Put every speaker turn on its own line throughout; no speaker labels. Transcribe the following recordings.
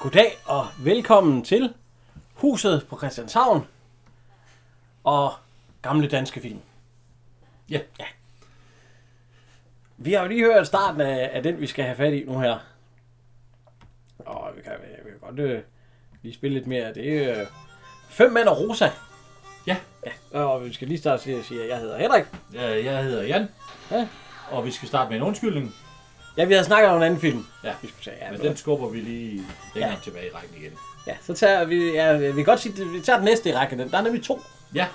Goddag og velkommen til Huset på Christianshavn og gamle danske film.
Ja.
ja. Vi har jo lige hørt starten af, af den, vi skal have fat i nu her. Og vi kan, vi kan godt øh, lige spille lidt mere. Det er øh, Fem Mænd og Rosa.
Ja.
ja. Og vi skal lige starte med at sige, at jeg hedder Henrik.
Øh, Jeg hedder Jan.
Ja.
Og vi skal starte med en undskyldning,
Ja, vi havde snakket om en anden film.
Ja.
Vi skulle sige, ja,
men
men
den skubber vi lige længere
Ja.
ja. tilbage i rækken igen.
ja, så tager vi, ja, vi kan godt sige, at vi tager den næste i rækken. Den- Der er nemlig to.
Ja,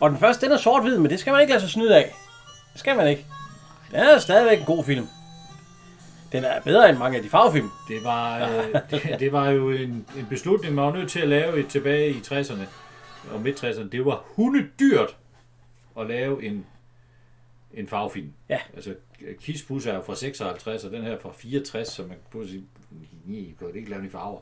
Og den første, den er sort-hvid, men det skal man ikke lade sig snyde af. Det skal man ikke. Den er stadigvæk en god film. Den er bedre end mange af de farvefilm.
det var, øh, det, det var jo en, en beslutning, man var nødt til at lave et tilbage i 60'erne og midt 60'erne. Det var hundedyrt at lave en, en farvefilm.
Ja.
Altså, Kispus er jo fra 56, og den her er fra 64, så man kunne sige, nej, I kunne ikke lave den i farver.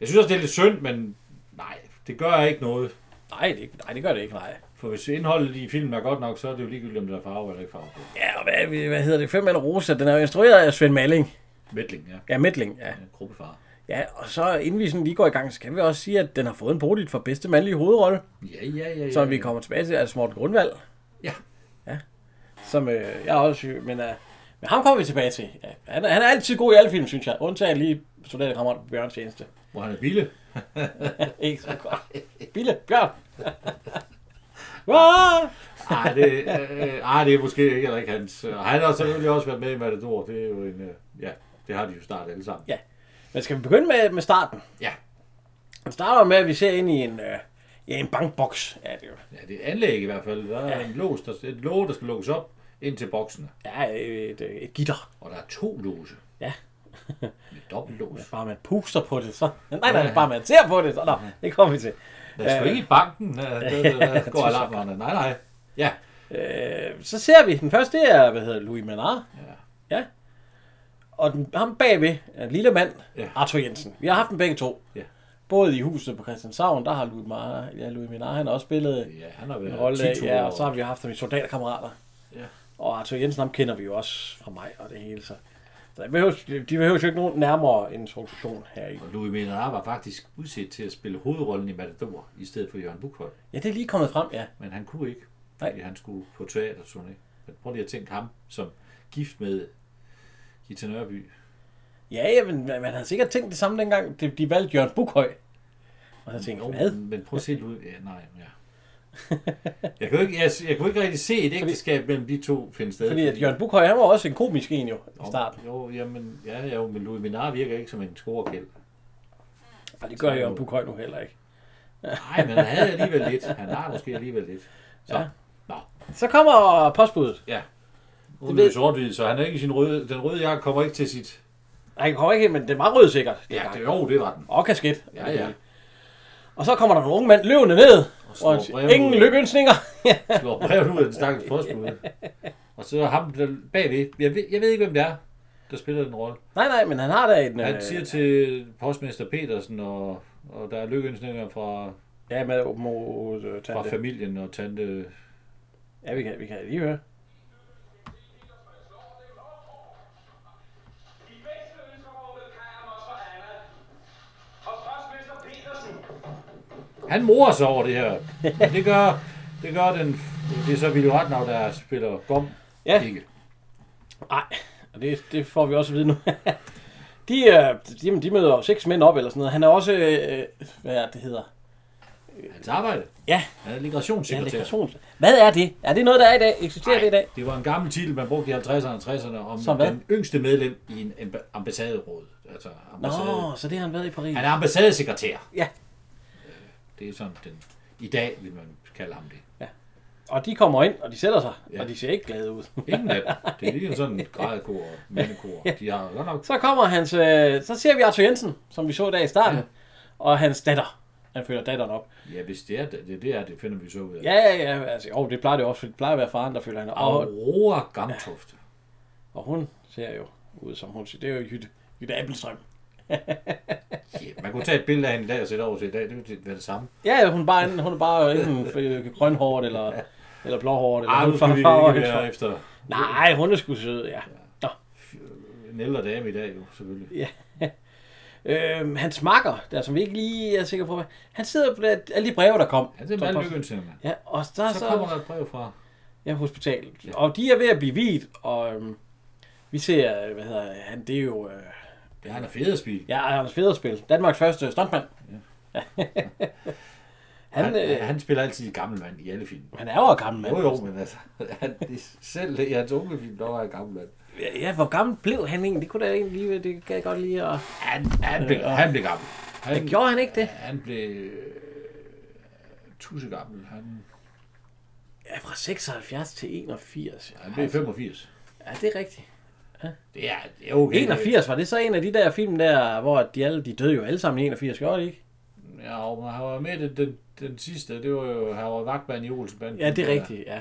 Jeg synes også, det er lidt synd, men nej, det gør ikke noget.
Nej, det, nej, det gør det ikke, nej.
For hvis indholdet i filmen er godt nok, så er det jo ligegyldigt, om der er farve eller ikke farve på.
Ja, og hvad, hvad hedder det? Fem Mænd og Rosa, den er jo instrueret af Svend Malling.
Mætling, ja.
Ja, Midtling, ja.
En gruppefar.
Ja, og så inden vi sådan lige går i gang, så kan vi også sige, at den har fået en bodil for bedste mandlige hovedrolle,
Ja, ja, ja. ja.
som vi kommer tilbage til, altså Morten Grundvald,
Ja.
som øh, jeg også, men, øh, men ham kommer vi tilbage til. Ja, han, er- han er altid god i alle film, synes jeg, undtagen lige Soldaterkammeren på Bjørns Tjeneste.
Hvor han er bille.
Ikke så godt. Bille, Bjørn. Wow!
Ej, det, øh, ej, det er måske ikke, eller ikke hans. øh, Og Han har selvfølgelig også været med i Matador. Det er jo en, øh, ja, det har de jo snart alle sammen.
Ja. Men skal vi begynde med, med starten?
Ja.
Den starter med, at vi ser ind i en, øh, ja, en bankboks. Ja, det er jo.
ja det er et anlæg i hvert fald. Der er
Ja.
en lås, der, et låg, der skal lukkes op ind til boksene.
Ja, et, øh, et gitter.
Og der er to låse.
Ja.
Med dobbeltlås.
Bare man puster på det, så... Nej, nej, bare man ser på det, så... Nå,
Mhm.
det kommer vi til.
Der er sgu ikke i banken. øh, Der, der, der går alarmerne. Nej, nej. Ja.
Øh, så ser vi, den første det er, hvad hedder det, Louis Menard.
ja.
Ja. Og den, ham bagved, er en lille mand, ja.
Ja.
Arthur Jensen. Vi har haft dem begge to.
Ja.
Både i huset på Christianshavn, der har Louis Menard, ja, Louis Menard han har også spillet
Ja, han har
en
været
rolle af,
10-12
ja,
år.
og så har vi haft dem i soldaterkammerater.
Ja.
Og Arthur Jensen, ham kender vi jo også fra mig og det hele, så så der behøves, de behøver jo ikke nogen nærmere introduktion her i.
Og Louis Menard var faktisk udset til at spille hovedrollen i Matador, i stedet for Jørgen Buchholm.
Ja, det er lige kommet frem, ja.
Men han kunne ikke,
Nej.
fordi han skulle på teaterturné. Men prøv lige at tænke ham som gift med Gita Nørby.
Ja, ja, men man har sikkert tænkt det samme dengang, de, de valgte Jørgen Bukhøj. Og så tænkte
Jo,
jeg, hvad?
men prøv at se ud. Ja, nej, ja. Jeg kunne, ikke, jeg, jeg kunne ikke rigtig se et ægteskab mellem de to finde sted.
Fordi at Jørgen Bukhøj, han var også en komisk en jo, i
Jo,
starten.
Jo, jamen, ja, jo, men Louis Menard virker ikke som en scorekæld.
Og det gør Jørgen Bukhøj nu heller ikke.
Nej, men han havde alligevel lidt. Han har måske alligevel lidt. Så,
Ja.
ja. nå,
Så kommer postbuddet.
ja.
ved-
Hun er sort så han er ikke i sin røde, den røde jakke kommer ikke til sit
Han kommer ikke, men det var rød sikkert.
Ja,
dengang.
det, jo, det var den.
Og kasket.
Ja, ja.
Og så kommer der nogle unge mand løvende ned. Og,
slår
og
brev
ingen
ud.
lykkeønsninger. ja.
Slår brevet ud af den stakkels postbud. Og så er ham der bagved. Jeg ved, jeg ved ikke, hvem det er, der spiller den rolle.
Nej, nej, men han har da en...
Han
øh,
siger til postmester Petersen, og, og der er lykkeønsninger fra,
Ja, med åben mod øh,
fra
tante.
familien og tante...
Ja, vi kan, vi kan lige høre.
De bedste ønsker fra Ole Kramers og Anna. Og postmester Petersen.
Han morer sig over det her. Men det gør, det gør den... Det er så Ville Ratnav, der spiller gom.
Ja.
Ikke.
Nej, og det, det får vi også at vide nu. de, øh, de, jamen, de møder jo seks mænd op eller sådan noget. Han er også... Øh, hvad er det, det hedder?
Hans arbejde.
Ja,
Han
det
er
er
migrationssekretær.
legations. Hvad er det? Er det noget, der er i dag? Eksisterer det i dag?
Det var en gammel titel, man brugte i 50'erne og 60'erne om
Som hvad?
den yngste medlem i en amb- ambassaderåd. Altså ambassade.
Nå, så det har han været i Paris.
Han er ambassadesekretær. Øh,
Ja.
Det er sådan den... I dag vil man kalde ham det.
Og de kommer ind, og de sætter sig, ja.
Ja.
og de ser ikke glade ud.
Ingen af dem. Det er lige sådan en grædekor og mandekor. De har jo godt nok...
Så kommer hans, øh, så ser vi Arthur Jensen, som vi så i dag i starten, ja. og hans datter. Han følger datteren op.
Ja, hvis det er det, det, er det, er, det finder vi så ud af.
Ja, ja, ja, altså, jo, det plejer det jo også, for det plejer at være faren, der følger hende op. Og,
Aurora Gamtofte.
og hun ser jo ud, som hun siger. Det er jo Jytte, Jytte Appelstrøm.
Ja, man kunne tage et billede af hende i dag og sætte over til i dag. Det ville være det samme.
Ja, ja, hun er bare, en- hun er bare enten øh, grønhåret, eller, eller blåhåret, eller
Ej,
hun
nu skal vi
farver-
ikke være efter
Nej, hun er sgu sød, ja. Nå.
en ældre dame i dag jo, selvfølgelig.
Ja. Øh, hans makker, der som vi ikke lige er sikre på, hvad- han sidder på det, alle de breve, der kom.
Han er
Der
meget
kom-
lykkelig til, mand.
Ja, og der, så,
Så kommer der et brev fra...
Ja, hospitalet. Ja. Og de er ved at blive vidt, og øhm, vi ser, øh, hvad hedder han, det er jo... Øh,
Det er han er federspil.
ja, Anders Federspil, Danmarks første stuntmand. Ja. han,
Han,
øh,
han, spiller altid en gammel mand i alle film.
han er jo gammel mand.
Jo, jo, men altså, han, det, er selv i hans unge film, der var han gammel mand.
Ja, hvor gammel blev han egentlig? Det kunne da egentlig lige, det kan jeg godt lide. Og...
Han, han, blev, han blev gammel. Øh, Han,
Men gjorde han ikke det?
Han blev øh, tusse gammel. Han,
Ja, fra 76 til 81. Ja,
han blev 85.
ja det er rigtigt.
Det er, det er okay.
81, var det så en af de der film der, hvor de, alle, de døde jo alle sammen i 81, gjorde de ikke?
Ja, og han var med i den, den, den sidste. Det var jo, han var vagtmand i Olsenbanden.
Ja, det er rigtigt, ja.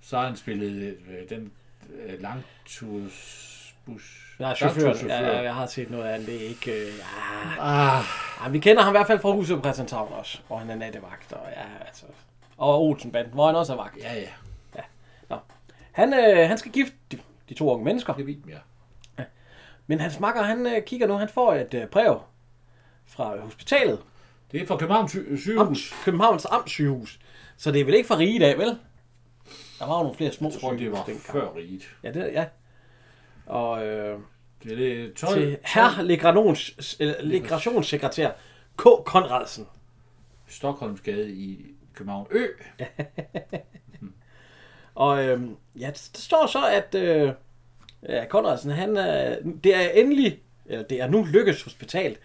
Så har han spillet øh, den øh, langtursbus.
Nej, chauffør. Ja, ja, jeg har set noget af det. Det er ikke... Øh, ja.
Ah,
Ja, vi kender ham i hvert fald fra huset på Christianshavn også, hvor han er nattevagt. Og, ja, altså, og Olsenbanden, hvor han også er vagt.
ja, ja.
Han, øh, han skal gifte de, de to unge mennesker,
Det ved jeg.
men hans makker, han øh, kigger nu, han får et øh, brev fra øh, hospitalet,
Det er fra Københavns sy- øh, sygehus.
Amts, Københavns Amtssygehus. Så det er vel ikke fra rige i dag, vel? Der var jo nogle flere små
Jeg tror, det var
dengang.
før riget.
Ja, det, ja. Og øh,
Det er det 12.
til herr Legranons, øh, Legrationssekretær K. Konradsen.
Stockholmsgade i København Ø.
Og øhm, ja, der står så, at øh, ja, Konradsen, han er, det er endelig, eller det er nu lykkedes hospital,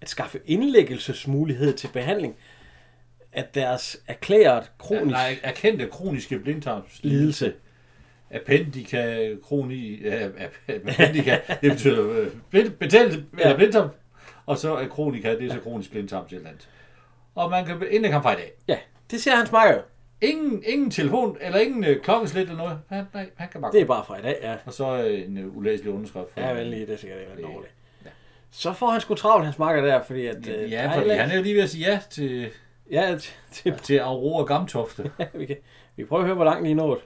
at skaffe indlæggelsesmulighed til behandling af deres erklæret kronisk ja,
Nej, erkendte kroniske blindtarmslidelse.
lidelse.
Appendika, kroni, ja, ap- appendika, det betyder øh, blind, betændelse, eller blindtarm, og så er kronika, det er så kronisk blindtarm til andet. Og man kan indlægge ham fra i dag.
Ja, det ser hans makker jo.
Ingen, ingen telefon, eller ingen øh, klokkeslæt eller noget. Han, nej, han kan bare
Det er bare fra i dag, ja.
Og så øh, en øh, ulæselig underskrift. fra-
Ja, vel lige, det er sikkert ikke
Det-
dårligt. Så får han sgu travlt, hans makker der, fordi at... øh, der
Ja,
er
fordi
heller
han
ikke-
er jo lige ved at sige ja til,
Ja, det, det,
til Aurora Gamtofte.
vi, kan, vi prøver at høre, hvor langt de er nået.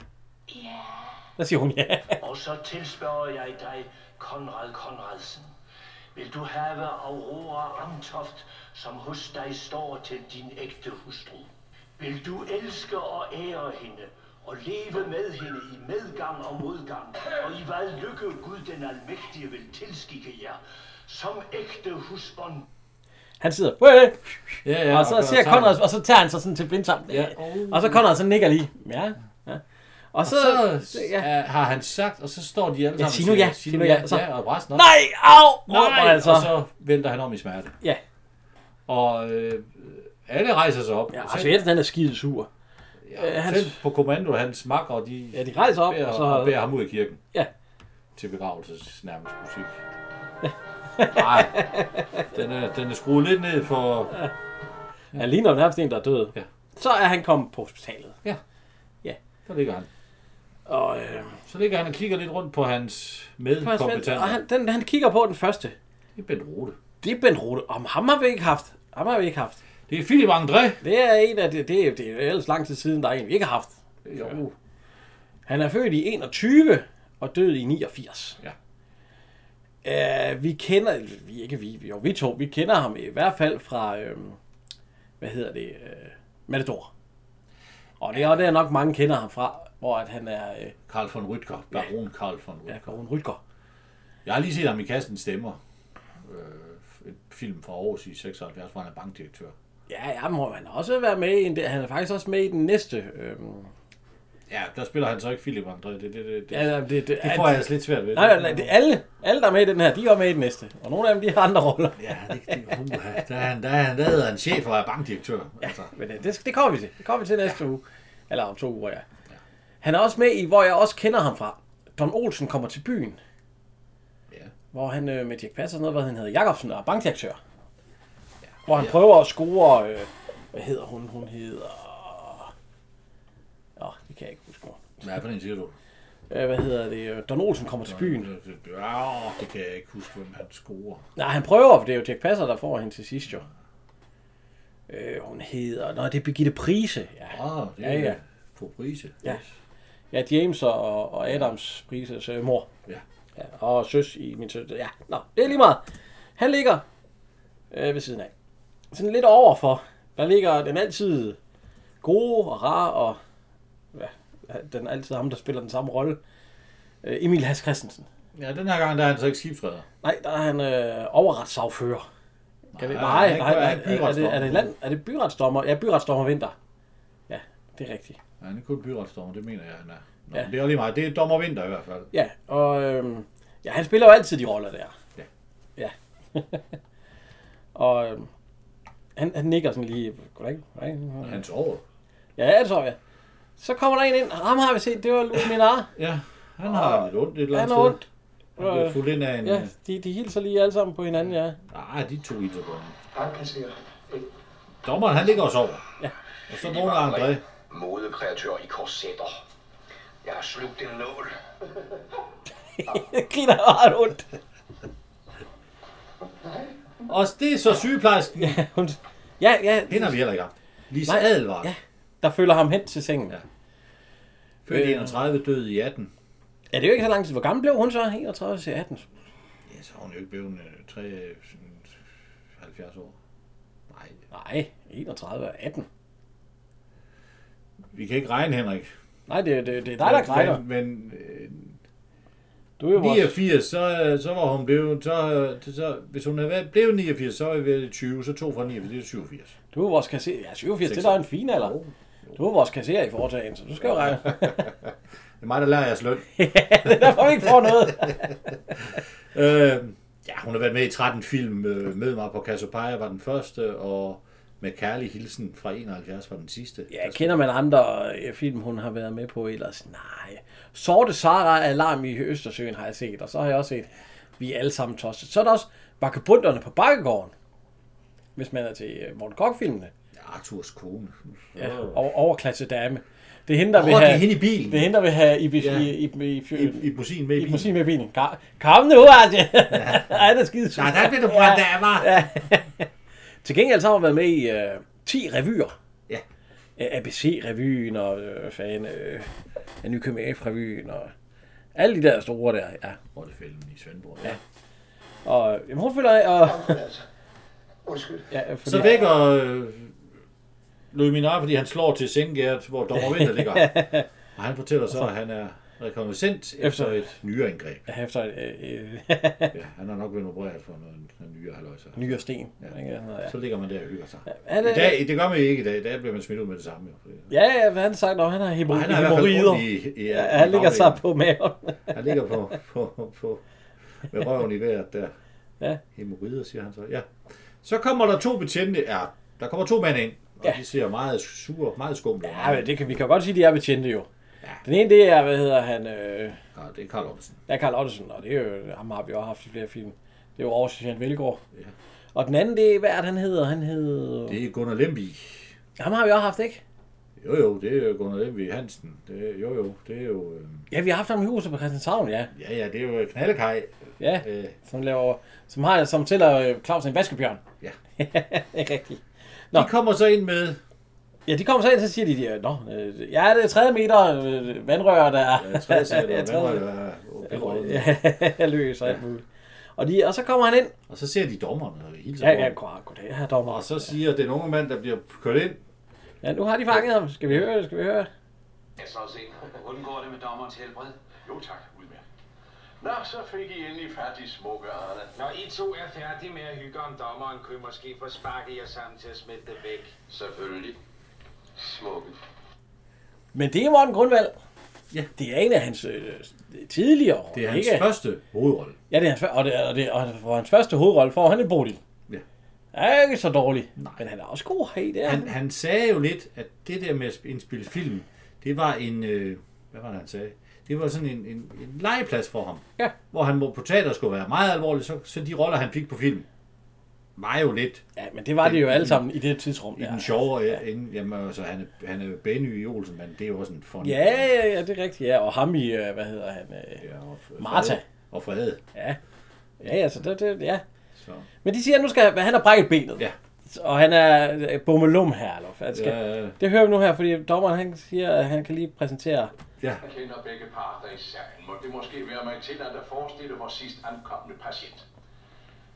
Ja,
Der siger hun ja.
Og så tilspørger jeg dig, Konrad Konradsen. Vil du have Aurora Amtoft, som hos dig står til din ægte hustru? Vil du elske og ære hende, og leve med hende i medgang og modgang, og i hvad lykke Gud den almægtige vil tilskikke jer, som ægte husbond?
Han sidder... "Bøh!"
Ja,
Ja, og så
gør-
siger
tager-
Konrad, og så tager han sig sådan til blindtarm. Ja.
Ja.
Og så Konrad, så nikker lige. Ja, ja. Og så...
så, så
ja.
ja. har han sagt, og så står de alle
Ja,
sammen
sig nu
og siger,
ja,
sig
sig
nu
nu
ja,
ja, så-
ja, og resten op.
Nej, au!
Nej,
Nej, altså.
og så vælter han om i smerte.
Ja,
Og øh, alle rejser sig op.
ja
Og
og
selv,
Svendsen han er skide sur.
ja,
han-
selv på kommando, hans makker, de,
Ja, de rejser op,
bærer,
og
og,
så...
og bærer ham ud af kirken.
Ja.
Til begravelses nærmest musik. Nej, den er, den er skruet lidt ned for...
Han ligner jo nærmest en, der er død.
Ja.
Så er han kommet på hospitalet.
Der ligger han.
Og, øh,
Så ligger han og kigger lidt rundt på hans
og
medkompetenter.
han, den, han kigger på den første.
Det er Bent Rode.
Det er Bent Rode. Om ham har vi ikke haft. Ham har vi ikke haft.
Det er Philip André.
Det er en af det, det, er- det er ellers lang tid siden, der er en, vi ikke har haft.
Jo,
Han er født i 21 og død i 89.
Ja.
Uh, vi kender, vi ikke vi, jo vi to, vi kender ham i hvert fald fra, øhm, hvad hedder det, øh, Matador. Og det er, og det er nok mange kender ham fra, hvor at han er øh,
Karl von Rüdger. Baron Karl von Rüdger.
ja, Kåren Rytger.
Jeg har lige set ham i Kassen Stemmer. Øh, en film fra Aarhus i 76, hvor han er bankdirektør.
Ja, ja, må han også være med i en del. Han er faktisk også med i den næste. Øhm,
Ja, der spiller han så ikke Philip André. Det, det, det, det,
ja, ja, det, det,
det får jeg altså lidt svært ved.
Nej, nej, nej, det, alle, alle, der er med i den her, de er med i den næste. Og nogle af dem, de har andre roller.
Ja, det, det, uha, der, er han, der, er han, der hedder han chef og er bankdirektør. Ja. Altså,
Men øh, det, det kommer vi til. Det kommer vi til næste ja. uge. Eller om to uger, ja. Han er også med i, hvor jeg også kender ham fra. Don Olsen kommer til byen.
ja.
Hvor han øh, med Dirk Passer og sådan noget, hvad han hedder, Jacobsen og er bankdirektør. Hvor han
Ja.
prøver at score, øh, hvad hedder hun? Hun hedder... Nå, det kan jeg ikke huske. hvor.
Hvad for en siger du?
Øh, hvad hedder det? øh, Don Olsen kommer til byen.
Ja, det kan jeg ikke huske, hvem han scorer.
Nej, han prøver, for det er jo Dirk Passer, der får hende til sidst jo. Øh, hun hedder... Nå, det er Birgitte Prise. Ja,
Ah, det er
Ja,
ja,
ja.
ja. på prise.
Ja. ja James og, og Adams Prises øh, mor.
ja.
Ja, og søs i min søster. Ja, nå, det er lige meget. Han ligger øh, ved siden af. Sådan lidt overfor. Der ligger den altid gode og rar og ja, den er altid ham, der spiller den samme rolle. Øh, Emil Has Christensen.
Ja, den her gang, der er han så ikke skibsredder.
Nej, der er han øh, overretssagfører. Kan vi, nej, nej,
Ah, han-
nej,
han er
nej, er, det, er, det
byretsdommer.
land, er det byretsdommer? Ja, byretsdommer Vinter. Ja, det er rigtigt.
Ja, han er kun byretsdommer, det mener jeg, han er. Nå,
Ja.
ja. Det er jo lige meget. Det er dommer vinter i hvert fald.
Ja, og øhm, ja, han spiller jo altid de roller der.
Ja.
Ja. og øhm, han, han nikker sådan lige, goddag, goddag.
Han sover.
Ja, det tror jeg. Så kommer der en ind, ham har vi set, det var Louis Minard.
Ja, han har lidt ondt et eller
Han
andet
er ondt.
Han bliver fuldt ind af en...
Ja, de, de hilser lige alle sammen på hinanden, ja.
Ah, de to idrætter.
Han kan se, at
Dommeren, han ligger og sover.
Ja.
Og så vågner André.
modekreatør i korsetter. Jeg har slugt en nål.
Jeg griner meget ondt.
Og det er så sygeplejersken. Ja.
Ja, hun, ja, ja,
Hende har vi heller ikke haft. Lise
Nej.
Adelvar.
ja, der følger ham hen til sengen. Ja.
Ja. Født i 31, død i 18.
ja, det er jo ikke så lang tid. Hvor gammel blev hun så? 31 til 18.
Ja, så er hun jo ikke blevet øh, tre, øh, sådan 70 år. Nej,
Nej, 31 og 18.
vi kan ikke regne, Henrik.
Nej, det, det, det er dig, der græder.
Men, men øh,
Du er jo vores...
89, så, øh, så var hun blevet... Så, øh, så, hvis hun havde været, blevet 89, så var vi været 20, så to fra 89, det er 87.
Du er vores kasserer. Ja, 87, det er da en fin alder.
Jo.
Du er vores kasserer i foretagen, så du skal jo regne.
Det er mig, der lærer jeres løn.
det er derfor, vi ikke får noget.
Øh, ja, hun har været med i 13 film. Øh, med mig på Cassiopeia var den første, og med kærlig hilsen fra 71 var den sidste.
Ja, kender man andre øh, film, hun har været med på ellers? Nej. Sorte Sara Alarm i Østersøen har jeg set, og så har jeg også set Vi er alle sammen tosset. Så er der også Bakkebunderne på Bakkegården. Hvis man er til øh, Morten Kork-filmene.
Arthurs kone.
Ja, over, overklasse dame. Det er hende, der vil
Åh, det er
have...
hende i bilen.
Det er hende, der vil have i, i,
Ja.
i, i, i,
I, i musikken med i
I
bilen.
må sige med bilen. Ka- Kom nu, Arne! Ja. Ej, det er skide
Nej, der blev du brændt af mig. Ja.
Til gengæld så har hun været med i øh, 10 revyer.
ja.
Øh, ABC-revyen og øh, fan, øh, Nykøbing F-revyen og alle de der store der, ja.
Rottefælden i Svendborg. Ja.
Og øh, jamen, hun føler af, og...
Altså, undskyld.
Ja, fordi,
Så vækker øh, Louis Minard, fordi han slår til Sengert, hvor dommer Vinter ligger. Og han fortæller så, at han er rekonvalescent efter et nyreindgreb.
Ja, Efter øh, øh,
Ja, han har nok blevet opereret for noget, noget nyere halvøjser.
nyere sten. Ja.
Ja.
Ikke? Sådan noget, ja.
Så ligger man der og hygger sig.
Er
I
det, ja,
dag, det gør man ikke i dag. I dag bliver man smidt ud med det samme. Jo.
ja, hvad han har sagt, når han har
Og
hemorri-
han har i hvert fald
hemorrider.
ondt i, i,
Ja, han ligger så
bagdelen.
på maven.
Han ligger på, på, på med røven i vejret der.
Ja.
Hemorrider, siger han så. Ja. Så kommer der to betjente. Ja, der kommer to mænd ind. Og
Ja.
ja. de ser meget sure, meget skumle.
Ja, men det kan, vi kan godt sige, de er betjente jo.
Ja.
Den ene, det er, hvad hedder han, øh,
Ja, det er Karl Ottesen.
Ja, Karl Ottesen, og det er jo, ham har vi også haft i flere film. Det er jo over Jan Velgaard.
Ja.
Og den anden, det er, hvad er det, han hedder? Han hedder... Det...
Det er Gunnar Lemby.
Ham har vi også haft, ikke?
Jo, jo, det er jo Gunnar Lemby Hansen. Det, er- jo, jo, det er jo... Øh,
Ja, vi har haft ham i huset på Christianshavn, ja.
ja, ja, det er jo Knallekaj.
Ja,
Øh,
som laver... Som har som tæller øh, Claus en vaskebjørn.
Ja.
ikke rigtigt.
de kommer så ind med...
Ja, de kommer så ind, så siger de, de, øh, Nå, øh, ja, det er 3 meter øh, vandrør, der er...
Ja, træsætter, ja,
tredje-
øh, træsætter.
Ja, løs og alt muligt. Og, de, og så kommer han ind.
Og så ser de dommerne og hilser
Ja,
på
ja,
ham.
goddag, goddag, her dommer.
Og så siger den unge mand, der bliver kørt ind,
Ja, nu har de fanget ham. Skal vi høre, skal vi høre?
Jeg skal se. Hvordan går det med dommerens helbred? Jo tak, udmærket. Nå, så fik I endelig fat i smukke Arne.
Når I to er færdige med at hygge om dommeren, kunne I måske få sparket jer sammen til at smitte det væk.
Selvfølgelig. Smukke.
Men det er Morten Grundvald.
Ja.
Det er en af hans øh, tidligere roller,
Det er hans
ikke?
første hovedrolle.
Ja, det er hans, før- og, det, er- og, det, og for hans første hovedrolle får han en Bodil.
Ja.
Er ikke så dårlig. Nej. Men han er også god her i det. er
Han, han sagde jo lidt, at det der med at sp- indspille film, det var en... Øh, hvad var det, han sagde? Det var sådan en, en, en legeplads for ham.
Ja.
Hvor han må på teater skulle være meget alvorlig, så, så de roller, han fik på film, var jo lidt
Ja, men det var det jo alle sammen i det tidsrum.
i
der.
den sjove ja. ende. Jamen, altså, han er, han er jo Benny i Olsen, men det er jo også en fond.
Ja, ja, ja, det er rigtigt. Ja, og ham i, øh, hvad hedder han? øh,
ja og Frede-
Martha.
Og Frede.
Ja. Ja, ja, så det, det, ja.
Så.
Men de siger, at nu skal han har brækket benet.
Ja.
Og han er øh, bummelum her, eller hvad skal.
Ja, ja.
Det hører vi nu her, fordi dommeren han siger, at han kan lige præsentere
ja.
Jeg kender begge parter i sagen. Må det måske være mig til at forestille vores sidst ankommende patient.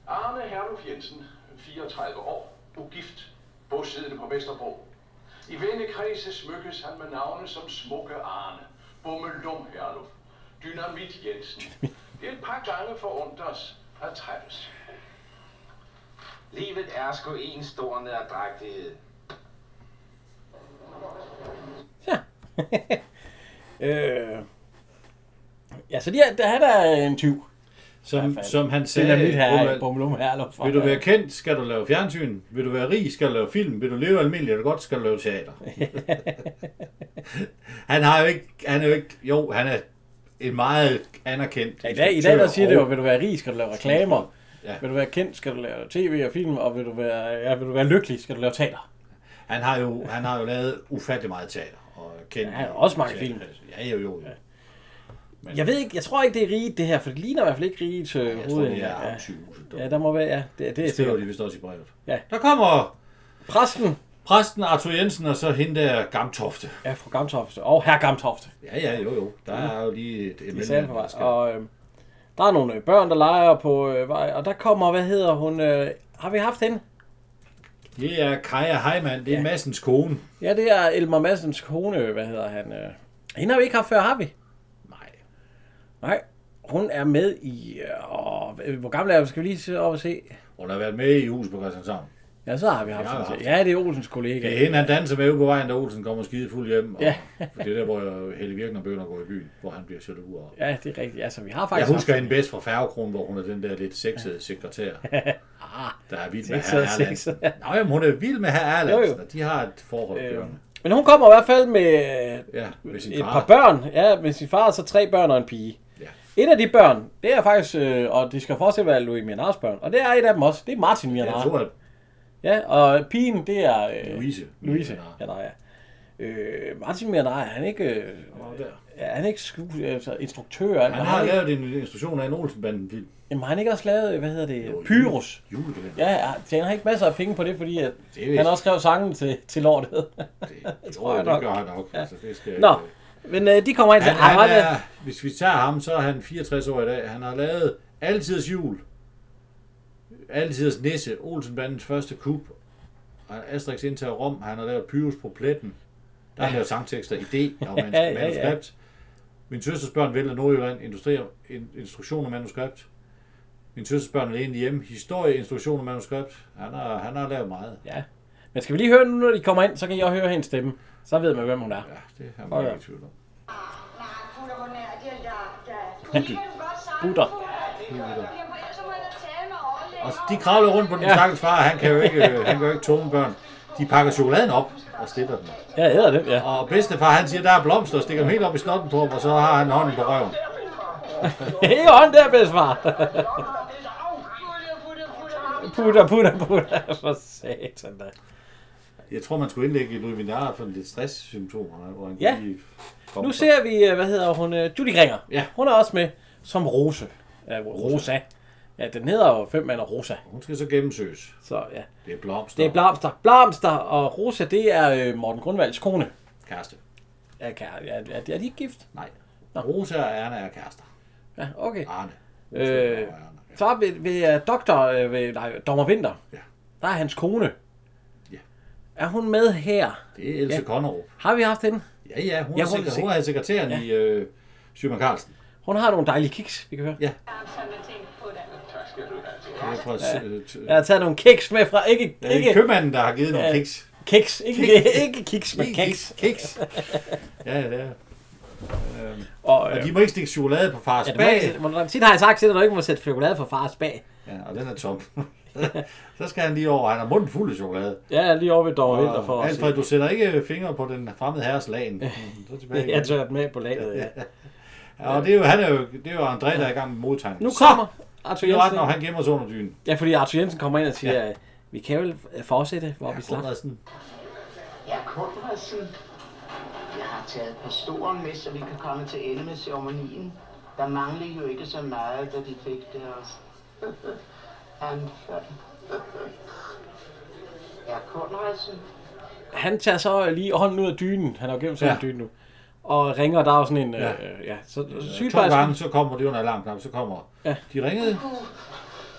Arne Herluf Jensen, 34 år, ugift, bosiddende på Vesterbro. I vennekredse smykkes han med navne som Smukke Arne, Bummelum Herluf, Dynamit Jensen. Det er et par gange forundt os at træffes.
Livet er sgu en stor nederdrægtighed.
Øh, ja, så de er, der er der en tyv.
Som,
fald.
som han
Det
sagde,
er mit her i
Roman,
Bummelum Herluf.
vil du være kendt, skal du lave fjernsyn. Vil du være rig, skal du lave film. Vil du leve almindeligt, er det godt, skal du lave teater. han har jo ikke, han er jo ikke, jo, han er en meget anerkendt
Ja, I dag, i dag der
instruktør
siger det jo,
og-
vil du være rig, skal du lave reklamer.
Ja.
Ja. Vil du være kendt, skal du lave tv og film, og vil du være, ja, vil du være lykkelig, skal du lave teater.
Han har jo, han har jo lavet ufattelig meget teater. Og kendt
Ja, han har også mange film.
Ja, jo, jo. Ja.
Jeg ved ikke, jeg tror ikke, det er riget det her, for det ligner i hvert fald ikke riget øh,
Jeg tror,
hoved.
det
ja.
er 20.000
ja, der må være, ja, det, det er
Det skriver de
sikkert.
vist også i brevet.
Ja.
Der kommer
Præsten
præsten Arthur Jensen og så hende der Gamtofte.
er fra Gamtofte, og herr Gamtofte,
Ja, ja, jo, jo. Der
Mm.
er jo lige et
de
emne.
er særlig på vej. Og øh, der er nogle øh, børn, der leger på øh, vej, og der kommer, hvad hedder hun, øh, har vi haft hende?
Det er Kaja Heimann, det er ja. Massens kone.
Ja, det er Elmer Madsens kone, øh, hvad hedder han? Øh. Hende har vi ikke haft før, har vi?
Nej.
Nej, hun er med i... Øh, åh, øh, hvor gammel er hun? Skal vi lige se op og se?
Hun har været med i hus på Christianshavn.
Ja, så har vi haft
Ja,
hende til.
haft.
Ja, det er Olsens
Det er
kollega.
hende, han danser med ude på vejen, da Olsen kommer skide fuld hjem. Og
Ja.
det er der, hvor Helle Virkner begynder at gå i byen, hvor han bliver jaloux. Og...
Ja, det er rigtigt. Altså, vi har
Jeg
faktisk...
husker hende bedst fra Færgekronen, hvor hun er den der lidt sexede sekretær. der er vild med
Sexede,
herr Erlandsen.
sexede.
Nå, jamen, hun er vild med herr Erlandsen,
Jo, jo.
og de har et forhold
haft-
kørende.
Øhm, Men hun kommer i hvert fald med øh,
Ja, med sin
et
far.
par børn. Ja, med sin far og så tre børn og en pige.
Ja.
Et af de børn, det er faktisk, øh, og det skal fortsat være Louis Mianars børn, og det er et af dem også, det er Martin
Jeg
Mianar.
tror, at
Ja, og pigen, det er... Øh,
Louise.
Louise,
Mianar.
ja, nej, ja. Øh, Martin Mianar, er han ikke... Øh,
Nå, der.
er han ikke sku, altså, instruktør?
han har lavet en instruktion af en Olsenbanden film.
Jamen har han ikke også lavet, hvad hedder det,
Jo,
Pyrus?
Julekalender.
Ja, ja, tjener han ikke masser af penge på det, fordi at
Det er vist-
han også skrev sangen til, til lortet.
det, det,
tror jeg
tror jeg
nok.
det gør han nok. Altså, det skal,
Nå, men øh, de kommer ind til...
Han,
Ej,
han
hvad er det?
er, hvis vi tager ham, så er han 64 år i dag. Han har lavet Altids Jul, Altids Nisse, Olsenbandens første kub, og Asterix indtager Rom. Han har lavet Pyrus på pletten. Der har han lavet sangtekster, idé og man-
Ja, ja, ja.
manuskript. Min søsters børn vælter Nordjylland, industri, in, instruktion og manuskript. Min søsters børn alene hjemme, historie, instruktion og manuskript. Han har, han har lavet meget.
Ja. Men skal vi lige høre nu, når de kommer ind, så kan jeg høre hendes stemme. Så ved man, hvem hun er.
Ja, det er man
ja.
ikke i tvivl om.
Butter.
Og de kravler rundt på den
Ja.
ja. stakkels far, han kan jo ikke, øh, han kan jo ikke tåle børn. De pakker chokoladen op og stiller den.
Ja, jeg hedder det, ja.
Og bedstefar, han siger, der er blomster, og stikker dem helt op i snotten på ham, og så har han hånden på røven.
Ikke hånd der, bedstefar! putter, putter, putter. For satan da.
Jeg tror, man skulle indlægge i Louis Vindard for lidt stresssymptomer, hvor han
Ja.
lige kom
Nu
fra.
ser vi, øh, hvad hedder hun, øh, Judy Gringer.
Ja.
Hun er også med som Rose. Øh, Rosa. Ja, den hedder jo Fem Mand og Rosa.
Hun skal så gennemsøges.
Så ja.
Det er blomster.
Det er Blamster. Blamster og Rosa, det er øh, Morten Grundvalds kone.
Kæreste.
Er, er, er, er de ikke gift?
Nej. Rosa og Erna er kærester.
Ja, okay.
Arne.
Øh,
Og Erna. Ja.
så er ved, ved uh, doktor, øh, ved, nej, Dommer Vinter,
Ja.
der er hans kone.
Ja.
Er hun med her?
Det er Else
Ja.
ja. Konnerup.
Har vi haft hende?
Ja, ja, hun,
Ja,
ja,
hun
hun,
er
er,
sek-
sek- hun er sekretæren ja. i øh, Sjøman Carlsen.
Hun har nogle dejlige kiks, vi kan høre.
Ja.
Tak skal du have.
Det er fra ja.
Jeg har taget nogle kiks med fra, ikke,
Ja, det
ikke
er købmanden, der har givet nogle
Ja.
kiks.
kiks, ikke,
Kiks.
ikke kiks, men kiks.
Kiks. Ja, det er.
Og,
Og
øh,
de må ikke stikke chokolade på fars
ja, du må ikke,
bag.
sætte- må du- tit har jeg sagt til dig, at du ikke må sætte chokolade for fars bag.
Ja, og den er tom. så skal han lige over. Han har munden fuld af chokolade.
Ja, lige over ved Dommer Vinter for
Og
at se.
Alfred, du sætter ikke fingre på den fremmede herres lagen. Mm, Så tilbage
Jeg
igen.
tørret med på laget, ja.
Ja, og det er jo, han er jo, det er jo André, der er i gang med modtegning.
Nu kommer Arthur
Det er ret, når
Jensen.
han gemmer sig under dynen.
Ja, fordi Arthur Jensen kommer ind og siger, ja. vi kan vel øh, fortsætte, hvor vi
Ja,
slap.
Konradsen.
Ja, Konradsen. Jeg har taget pastoren med, så vi kan komme til ende med ceremonien. Der manglede jo ikke så meget, da de fik det også. Han faldt. Ja, Konradsen.
han tager så øh, lige hånden ud af dynen. Han har jo gemt sig ja.
Ja.
en dyne nu. Og ringer, der er jo sådan en... Ja,
Ja.
øh, ja så
To gange,
sygeplejersken...
så kommer det under alarmknap, så kommer...
Ja.
De ringede.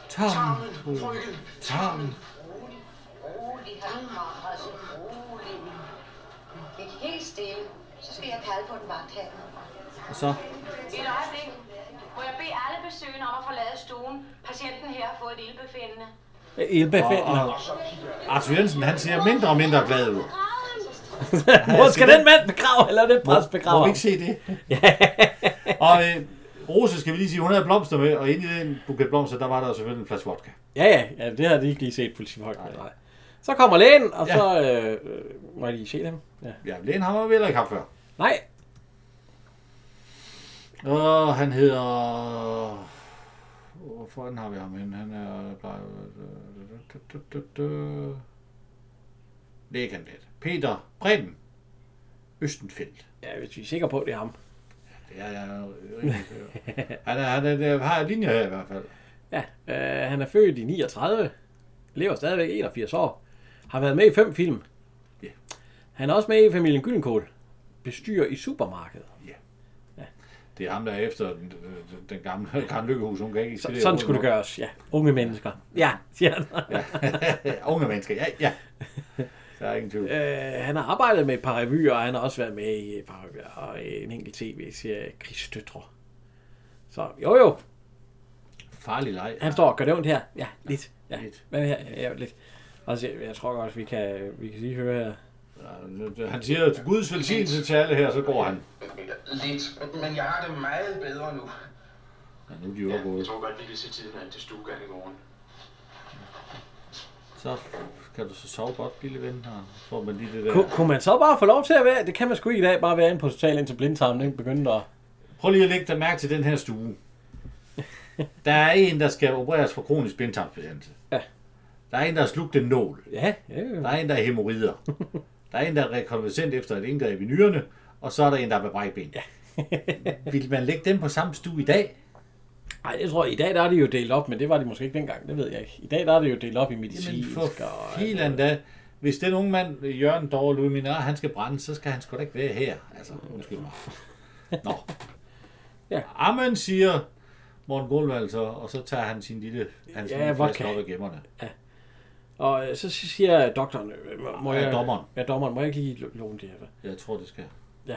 Tarmen, frøken, tarmen.
Rolig, rolig, Dagmar, Rasse, rolig. Ligg helt stille, så skal jeg kalde på den vagthavn.
Og så,
Et øjeblik. Må jeg bede alle besøgende om at forlade stuen? Patienten her har fået et ildbefindende.
Øh, Ildbefindende.
Og- Arthur Jensen, han ser mindre og mindre glad ud.
Hvor skal den mand begrave, eller den præst
Må
begrave?
vi ikke se det? og øh, Rose, skal vi lige sige, hun havde blomster med, og inde i den buket blomster, der var der selvfølgelig en flaske vodka.
Ja, ja, ja, det havde de ikke lige set politifolk. Nej, nej. Så kommer lægen, og
Ja.
så øh, øh, må jeg lige se dem. Ja.
Ja, Len har vi heller ikke haft før.
Nej,
Og han hedder... Hvor fanden har vi ham henne? Han er... Lægekandidat. Peter Bremen. Østenfeldt.
ja, hvis vi er sikre på, at det er ham.
Ja, jeg er rimelig sikker. Han, er, han er, har en linje her i hvert fald.
Ja, øh, han er født i 39, lever stadigvæk 81 år, har været med i fem film.
Ja.
Han er også med i familien Gyllenkål, bestyrer i supermarkedet.
Det er ham, der er efter den, den- den gamle Karen Lykkehus. Hun kan ikke
Så, sådan skulle det gøres, ja. Unge mennesker. Ja, siger han.
Unge mennesker, ja, ja. Der er ingen tvivl.
Øh, han har arbejdet med et par revyer, og han har også været med i et par revyer og en enkelt tv-serie, Krigsdøtre. Så jo jo,
Farlig leg.
han står og gør det ondt her. Ja, lidt. Ja,
Lidt.
lidt. Men her, ja, ja, lidt. Og så, jeg tror godt, vi kan, vi kan lige høre her.
Altså, Han siger, til Guds velsignelse til alle her, så går han.
Lidt, men- men jeg har det meget bedre nu.
Ja, nu er de jo ja,
Jeg tror godt, vi kan se tiden an til stuegang i morgen.
Så kan du så sove godt, lille ven, og så får man lige det der.
Kun, kunne man så bare få lov til at være, det kan man sgu ikke i dag, bare være inde på total indtil blindtarmen, ikke begyndte at...
Prøv lige at lægge dig mærke til den her stue. Der er en, der skal opereres for kronisk blindtarmsbetændelse.
Ja.
Der er en, der har slugt en nål.
Ja, ja, ja.
Der er en, der er hemorrider. Der er en, der er rekonvalescent efter et indgreb i nyrerne. Og så er der en, der er med brækben. Ja. Vil man lægge dem på samme stue i dag?
Ej, jeg tror, i dag der er det jo delt op, men det var det måske ikke dengang, det ved jeg ikke. I dag der er det jo delt op i
Jamen
medicinsk
for
og...
filan da. Hvis den unge mand, øh, Jørgen Dorre Luminar, han skal brænde, så skal han sgu da ikke være her. Altså, undskyld mig. Nå.
Mm. Ja.
Amen siger Morten Goldvald så, og så tager han sin lille, hans
Ja,
lille flaske
vodka.
op af gemmerne.
Og øh, så siger doktoren, øh, må- må
Ja,
jeg...
dommeren.
Ja, dommeren, må jeg ikke lige låne det her? hva'?
Jeg tror, det skal.
Ja.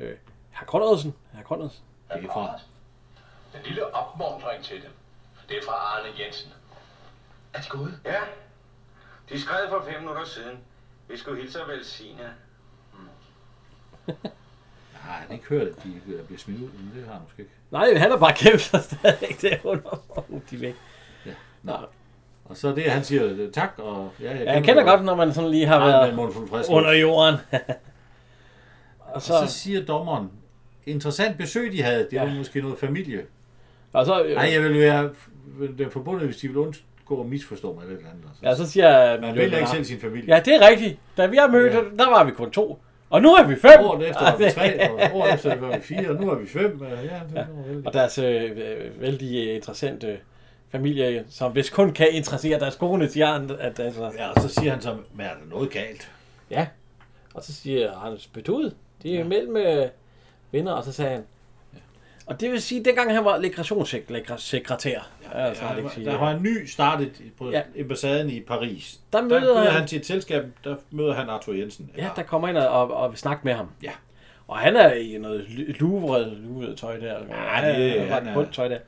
Øh, herr Grundredsen. Herr Grundredsen.
Det er fra.
En lille opmuntring til det. Det er fra Arne Jensen.
Er de gået?
Ja, de skrev for fem minutter siden. Vi skulle hilse og velsigne.
Nej, han har ikke hørt, at de øh, bliver smidt ud, men det har han måske ikke.
Nej, han er bare kæmpet sig stadigvæk derunder. De er væk.
Nå. Og så er det, han siger øh, tak, og ja, jeg,
Ja, jeg kender godt, når man sådan lige har været
men Morten Frisk.
under jorden. og, så,
Og så siger dommeren, interessant besøg, de havde. Det var
Ja.
måske noget familie.
og så, øh,
Nej, jeg vil være f- den forbundet, hvis de vil undgå at misforstå mig eller et eller andet. Altså.
ja, så siger
Man
jo,
vælger ikke
nej.
selv sin familie.
Ja, det er rigtigt. Da vi har mødt,
Ja.
ja. der var vi kun to. Og nu er vi fem.
Året efter var vi tre, og året efter var vi fire, og nu er vi fem. og Ja, det er
Og
ja.
deres øh, øh, vældig interessante familie, som hvis kun kan interessere deres kone, siger han. At, altså,
ja, og så siger han så, men er der noget galt?
Ja. Og så siger Anders Betud, det er ja. mellem øh, venner, og så sagde han. Og det vil sige, at dengang han var legrationssekretær, ja, altså, han
Der
ikke
var,
sige,
der var en ny startet på
Ja.
ja. ambassaden i Paris.
Der møder
han...
han-
han til et selskab, der møder han Arthur Jensen.
ja, der kommer ind og, og, og vil snakke med ham.
Ja.
Og han er i noget lu- luvret, luvret tøj der. Ja,
det-
han
han er-
er... tøj der.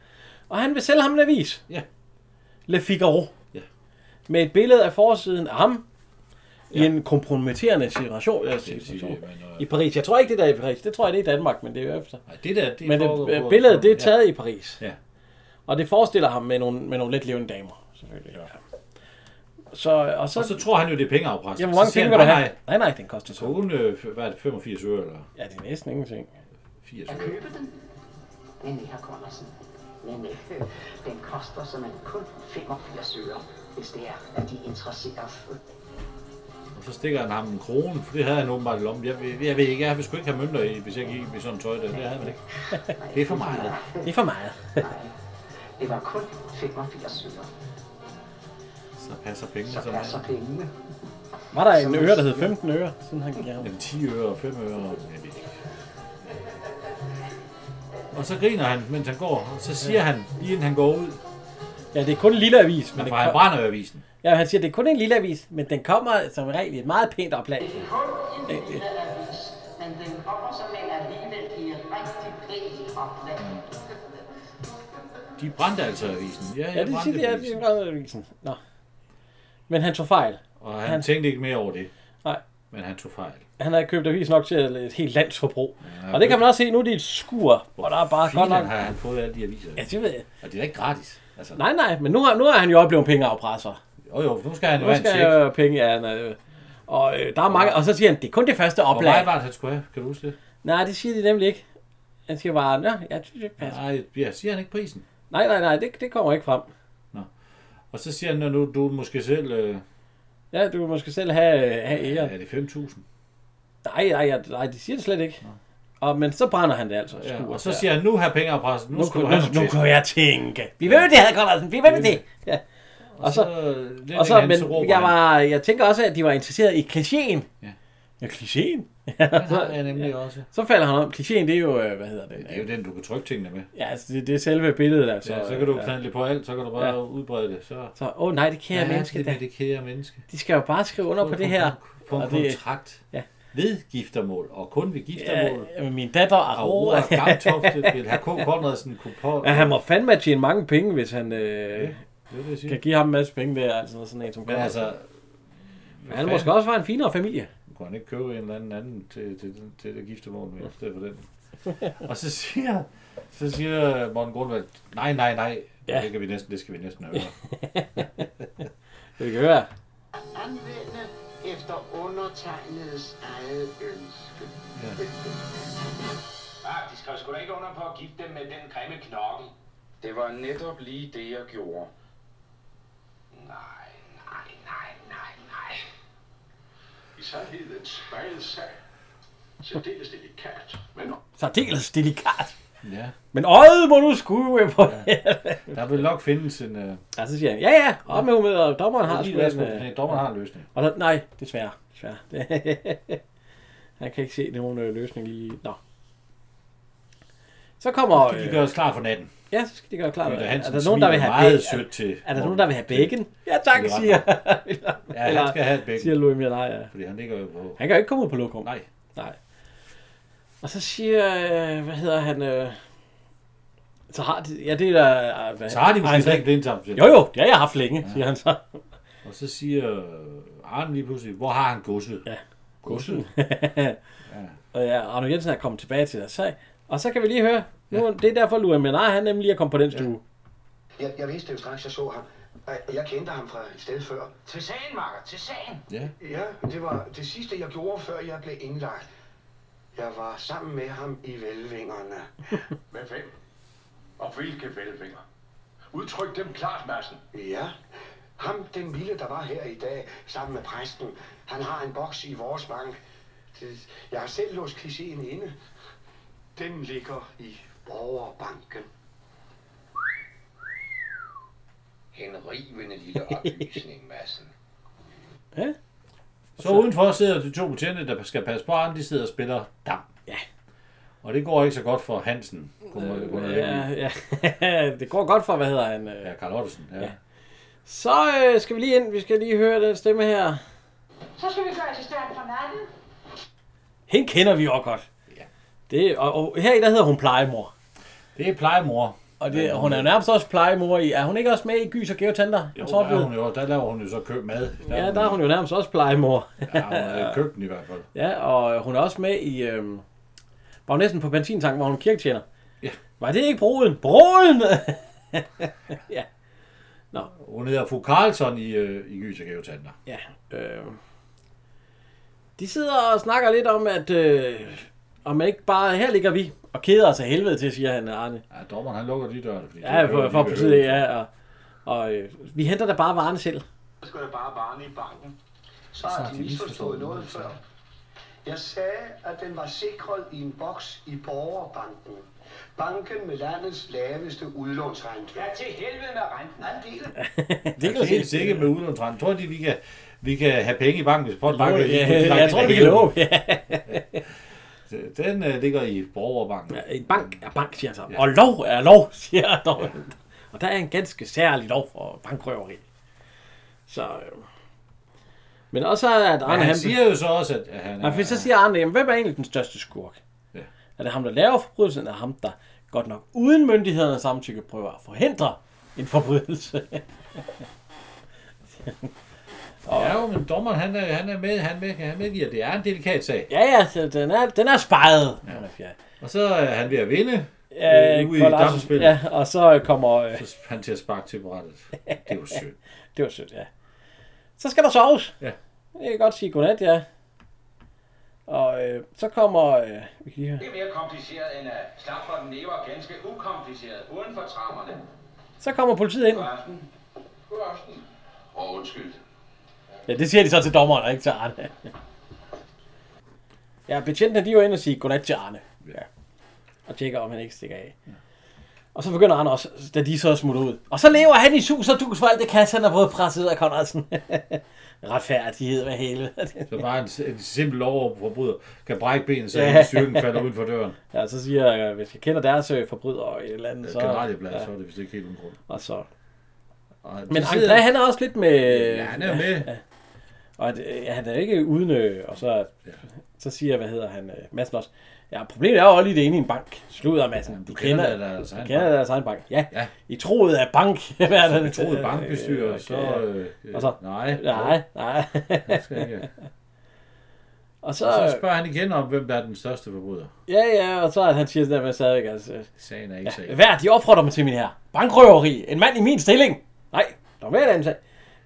Og han vil sælge ham en avis.
Ja.
Le Figaro.
Ja.
Med et billede af forsiden af ham. Ja. I en kompromitterende situation, ja,
vil sige,
situation.
men, øh,
i Paris. Jeg tror ikke, det der er i Paris. Det tror jeg, det er i Danmark, men det er jo efter.
Nej, det der, det
Men
foregår
det, øh,
på-
billedet, det er
Ja.
taget ja. i Paris.
Ja.
Og det forestiller ham med nogle, med nogle let levende damer, selvfølgelig. Ja. Så, og så,
Og så tror han jo, det er pengeafpresning.
ja, hvor mange
Så siger
penge
han,
vil du
nej,
have? Nej, nej, den koster
Så
så.
hun, øh, f- hvad er det, 85 øre eller
Ja, det er næsten ingenting.
80
Jeg
øre?
købe den? Men jeg kommer sådan. Men ikke. Den koster simpelthen kun 85 øre, hvis det er, at de er interesseret.
Og så stikker han ham en krone, for det havde han åbenbart i lommen. Jeg, ved- jeg ved ikke, jeg vil sgu ikke have mønter i, hvis jeg gik med sådan tøj der. Det havde man ikke. Det er for meget.
Det er for meget.
Nej, det var kun 85 øre.
Så passer pengene
Så
så
passer
meget.
pengene.
Var der en øre, der hed 15 øre, siden han gav ham?
Jamen 10 øre og 5 øre, og jeg ved ikke. Og så griner han, mens han går. Og så siger han, lige inden han går ud,
Ja, det er kun en lille avis, men
Men
den
fra
kom...
Brandø-avisen.
ja, han siger, det er kun en lille avis, men den kommer som regel i et meget pænt oplag.
Det er kun en lille avis, men den kommer som en alligevel i et rigtig pænt oplag.
De brændte altså avisen. Ja,
Ja, det siger de, ja, det er Brandø avisen. Nå. Men han tog fejl.
Og han,
Han-
han tænkte ikke mere over det.
Nej.
Men han tog fejl.
Han havde købt avis nok til et helt landsforbrug.
Ja,
og det kan man også se, nu er det et skur, hvor der er bare
Fint,
Ah, godt nok...
har han fået alle de aviser.
Ja, det ved jeg.
Og det er da ikke gratis. Altså,
Nej, nej, men nu har, nu har han jo oplevet pengeafpresser.
Jo, jo, for nu skal han jo
Nu
have en
skal
check.
jeg jo have penge af ja, og øh, der er mange, og så siger han, det er kun det første
Hvor meget
oplag.
var det, han skulle have? Kan du huske det?
Nej, det siger de nemlig ikke. Han siger bare, nå, jeg synes det passer.
Nej, ja, siger han ikke prisen.
Nej, nej, nej, det, det kommer ikke frem.
Og så siger han, når nu du måske selv... Øh,
Ja, du vil måske selv have, øh, have æren.
er det 5.000?
Nej, nej, nej, nej, de siger det slet ikke. Og, men så brænder han det altså.
Ja,
skuret
og så
der.
siger han, nu her penge og pressen. Nu,
nu,
skal
kunne,
du have
nu,
nogle
nu
tæsk.
kunne jeg tænke. Vi ved det, havde Conradsen, vi ved det. Ja. Og så,
øh, lidt
og
en
så
hans råber
men jeg,
han.
var, jeg tænker også, at de var interesseret i klichéen.
Ja.
Ja, klichéen?
Den har jeg nemlig også.
Så falder han om. Klichéen, det er jo, øh, hvad hedder det?
Det er jo den, du kan trykke tingene med.
Ja, altså, det, det er selve billedet, altså.
Ja, så kan du
øh,
knalde lidt på alt, så kan du bare
Ja.
udbrede det. Så
Så, åh oh, nej, det kære ja, menneske,
det
det,
med det kære menneske.
de skal jo bare skrive under på det her.
På en
Og det-
kontrakt.
ja.
Ved giftermål, og kun ved giftermål.
Ja, men min datter er
Aurora
roer.
Gamtofte vil have K. Conradsen kunne på.
Ja, han må fandme tjene mange penge, hvis han øh,
Det er det, jeg siger.
kan give ham en masse penge der, altså sådan en som
Men
kommer.
altså,
Men han måske også være en finere familie.
kunne han ikke købe en eller anden anden til, til, til, til det giftermål
Mm.
med, i stedet for den? og så siger, så siger Morten Grundvald, nej, nej, nej,
Ja.
ja. det, kan vi næsten, det skal vi næsten øve.
Det kan være.
Anvende efter undertegnedes eget ønske.
Ah, de skrev sgu da ikke under på at gifte dem med den grimme knokkel.
Det var netop lige det, jeg gjorde.
Nej, nej, nej, nej, nej.
I særlighed en spejlsag. Særdeles delikat, men
Særdeles delikat.
ja.
Men øjet må du skue på. Ja.
Der vil nok findes en... Øh,
Og så siger han, ja ja, op med humøret, og dommeren har
har
sgu
lige været
en...
sgu,
øh,
nej, dommeren har en løsning.
Og så, nej, desværre. desværre. Det, han kan ikke se nogen øh, løsning lige... Nå. Så kommer...
De
Øh,
gør os klar for natten.
ja, så skal de gøre klart.
Peter
Er
Hansen
der nogen, der vil
smiler
have
meget
bacon?
sødt til
Er der nogen,
Morten.
der vil have bacon? Ja tak,
Til-
siger
Ja, han skal have et bacon,
siger Louis Miller, ja.
fordi han ligger jo på...
Han kan jo ikke komme ud på lokum.
Nej,
Nej. Og så siger, øh, hvad hedder han, øh, så har de, ja det er der, øh, hvad,
så har de
Arne
måske ikke
Blæk-
blindtarm.
Jo jo, det har jeg haft længe, ja. siger han så.
Og så siger øh, Arne lige pludselig, hvor har han godset?
Ja.
Godset?
Og ja, Arno Jensen er kommet tilbage til deres sag. Og så kan vi lige høre, nu, ja. det er derfor Louis Menard, han nemlig lige er kommet på den stue.
Jeg, jeg vidste jo straks, jeg så ham. Jeg, jeg kendte ham fra et sted før.
Til sagen, Marker, til sagen.
Ja.
Ja, det var det sidste, jeg gjorde, før jeg blev indlagt. Jeg var sammen med ham i velvingerne.
med hvem? Og hvilke velvinger? Udtryk dem klart, Madsen.
Ja, ham den lille, der var her i dag, sammen med præsten. Han har en boks i vores bank. Det- Jeg har selv låst klichéen inde. Den ligger i borgerbanken.
En rivende lille oplysning, Madsen.
Så udenfor sidder de to betjente, der skal passe på Arne, de sidder og spiller dam.
Ja.
Og det går ikke så godt for Hansen. Kunne man, kunne man
Øh,
ja.
Ja, ja. det går godt for, hvad hedder han. øh.
ja, Karl Ottesen. Ja. ja.
Så øh, skal vi lige ind, vi skal lige høre den stemme her.
Så skal vi gøre assistenten for natten.
Hende kender vi jo godt.
Ja.
Det, og, og her i der hedder hun plejemor.
Det er plejemor.
Og det, hun er jo nærmest også plejemor i. Er hun ikke også med i Gys og Geotanter?
Jo,
Jeg
der,
tror,
er hun jo, der laver hun jo så køb mad. Der
Ja, der er hun jo nærmest også plejemor.
Ja, hun er i køkken i hvert fald.
Ja, og hun er også med i... Øhm, var hun næsten på benzintanken, hvor hun er kirketjener.
Ja.
Var det ikke broden? Broden!
Hun hedder fru Karlsson i, øh, i Gys og Geotanter.
ja. Øh, de sidder og snakker lidt om, at... Øh, om ikke bare... Her ligger vi og keder os af helvede til, siger han, Arne.
Ja, dommeren han lukker lige dørene. Fordi
Ja,
det hører
for,
de
for
ikke
politiet,
høre.
ja. Og, og øh, vi henter da bare varerne selv.
Så skulle der bare varme i banken. Så
har
har
de
de
misforstået
misforstået noget
noget,
før. Jeg sagde, at den var sikret i en boks i Borgerbanken. Banken med landets laveste udlånsrente.
Ja, til helvede med renten.
Andelen
det
Jeg er helt sikker med udlånsrenten. Tror de, vi kan, vi kan have penge i banken, hvis folk banker?
Ja, jeg tror, vi kan love. Ja.
Den øh, ligger i borgerbanken.
En bank er bank, siger han så. Og lov er lov, siger han. Og der er en ganske særlig lov for bankrøveri. Så, øh. Men også er, at Arne...
Men han siger jo så også, at at han
Nej, for så siger Arne, jamen, hvem er egentlig den største skurk?
Ja.
Er det ham, der laver forbrydelsen, eller ham, der godt nok uden myndighedernes samtykke prøver at forhindre en forbrydelse?
Ja, jo, men dommeren, han er, han er med, han, med, han medgiver, at det er en delikat sag.
ja, ja, så den er, den er spejet. Ja.
Og så er han ved at vinde
Ja,
øh, ude i
Kold Arsen-
dampspillet.
ja, og så kommer... Øh,
Så han til at sparke til brættet. Det er jo sødt.
det var sødt, ja. Så skal der soves.
Ja.
Jeg kan godt sige godnat, ja. Og øh, så kommer... Øh, vi kan lige høre.
Det er mere kompliceret end at slap for den lever ganske ukompliceret uden for trammerne.
Så kommer politiet ind.
God aften.
God aften.
Og undskyld.
Ja, det siger de så til dommeren, og ikke til Arne. ja, betjentene de er jo inde og sige godnat til Arne. Ja. Og tjekker, om han ikke stikker af. Og så begynder Arne også, da de så smutter ud. Og så lever han i sus og dus for alt det kasse, han har fået presset ud af Conradsen. Retfærdighed med hele.
Så bare en, en simpel lov forbryder kan brække benet, så
Ja.
ja. styrken falder uden for døren.
ja, så siger jeg, hvis jeg kender deres øh, forbrydere og et eller andet,
Så,
så...
Generalieblad, så er det vist ikke helt uden grund.
Og så.
Og
Men
de
André, han er også lidt med...
Ja, han er jo med.
Og at, øh, han er ikke uden... Øh, og så, ja. så siger, hvad hedder han, øh, Madsen også. Ja, problemet er jo også lige det ene i en bank. Sluder, Madsen. Ja,
du
du
kender
kender,
da altså, deres
du
egen
kender
bank.
deres egen bank. Ja.
Ja.
ja. I troet af bank. Hvad er det?
troede bankbestyrer,
Øh,
så... Øh, øh,
Og så,
nej,
nej, nej.
det skal ikke.
og
Og
så,
så spørger han igen om, hvem der er den største forbryder.
ja, ja, og så at han siger sådan der med stadigvæk, altså, øh,
Sagen er ikke sag.
Hvad er de opfordrer mig til min her? Bankrøveri. En mand i min stilling. Nej, der var en anden sag.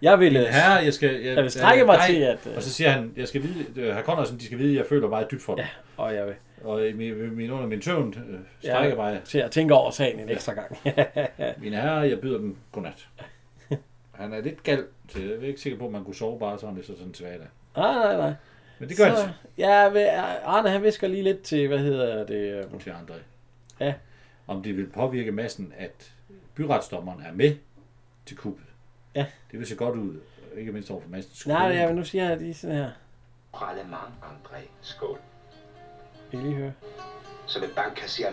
Jeg vil... øh,
Herre, jeg skal... Jeg,
Jeg vil strække mig
nej.
til, at, øh,
Og så siger han, jeg skal vide, øh, herr Connorsen, de skal vide, at jeg føler meget dybt for dem.
Og jeg vil...
Og i min, min, under min tøvn øh, strækker ja. mig.
til at tænke over sagen en ekstra gang.
Mine herrer, jeg byder dem godnat. Han er lidt gal, så jeg er ikke sikker på, at man kunne sove bare sådan, hvis det er sådan en svag dag.
nej, nej, nej.
Men det gør han
så,
så
Ja, men Arne han visker lige lidt til, hvad hedder det? øh,
til André.
Ja.
Om det vil påvirke massen, at byretsdommeren er med til kuppet.
Ja.
Det vil se godt ud, ikke mindst over for massens
Nej, ja, men nu siger jeg lige sådan her.
Prallemang, André. Skål.
Vi kan lige høre.
Som en bankkassier.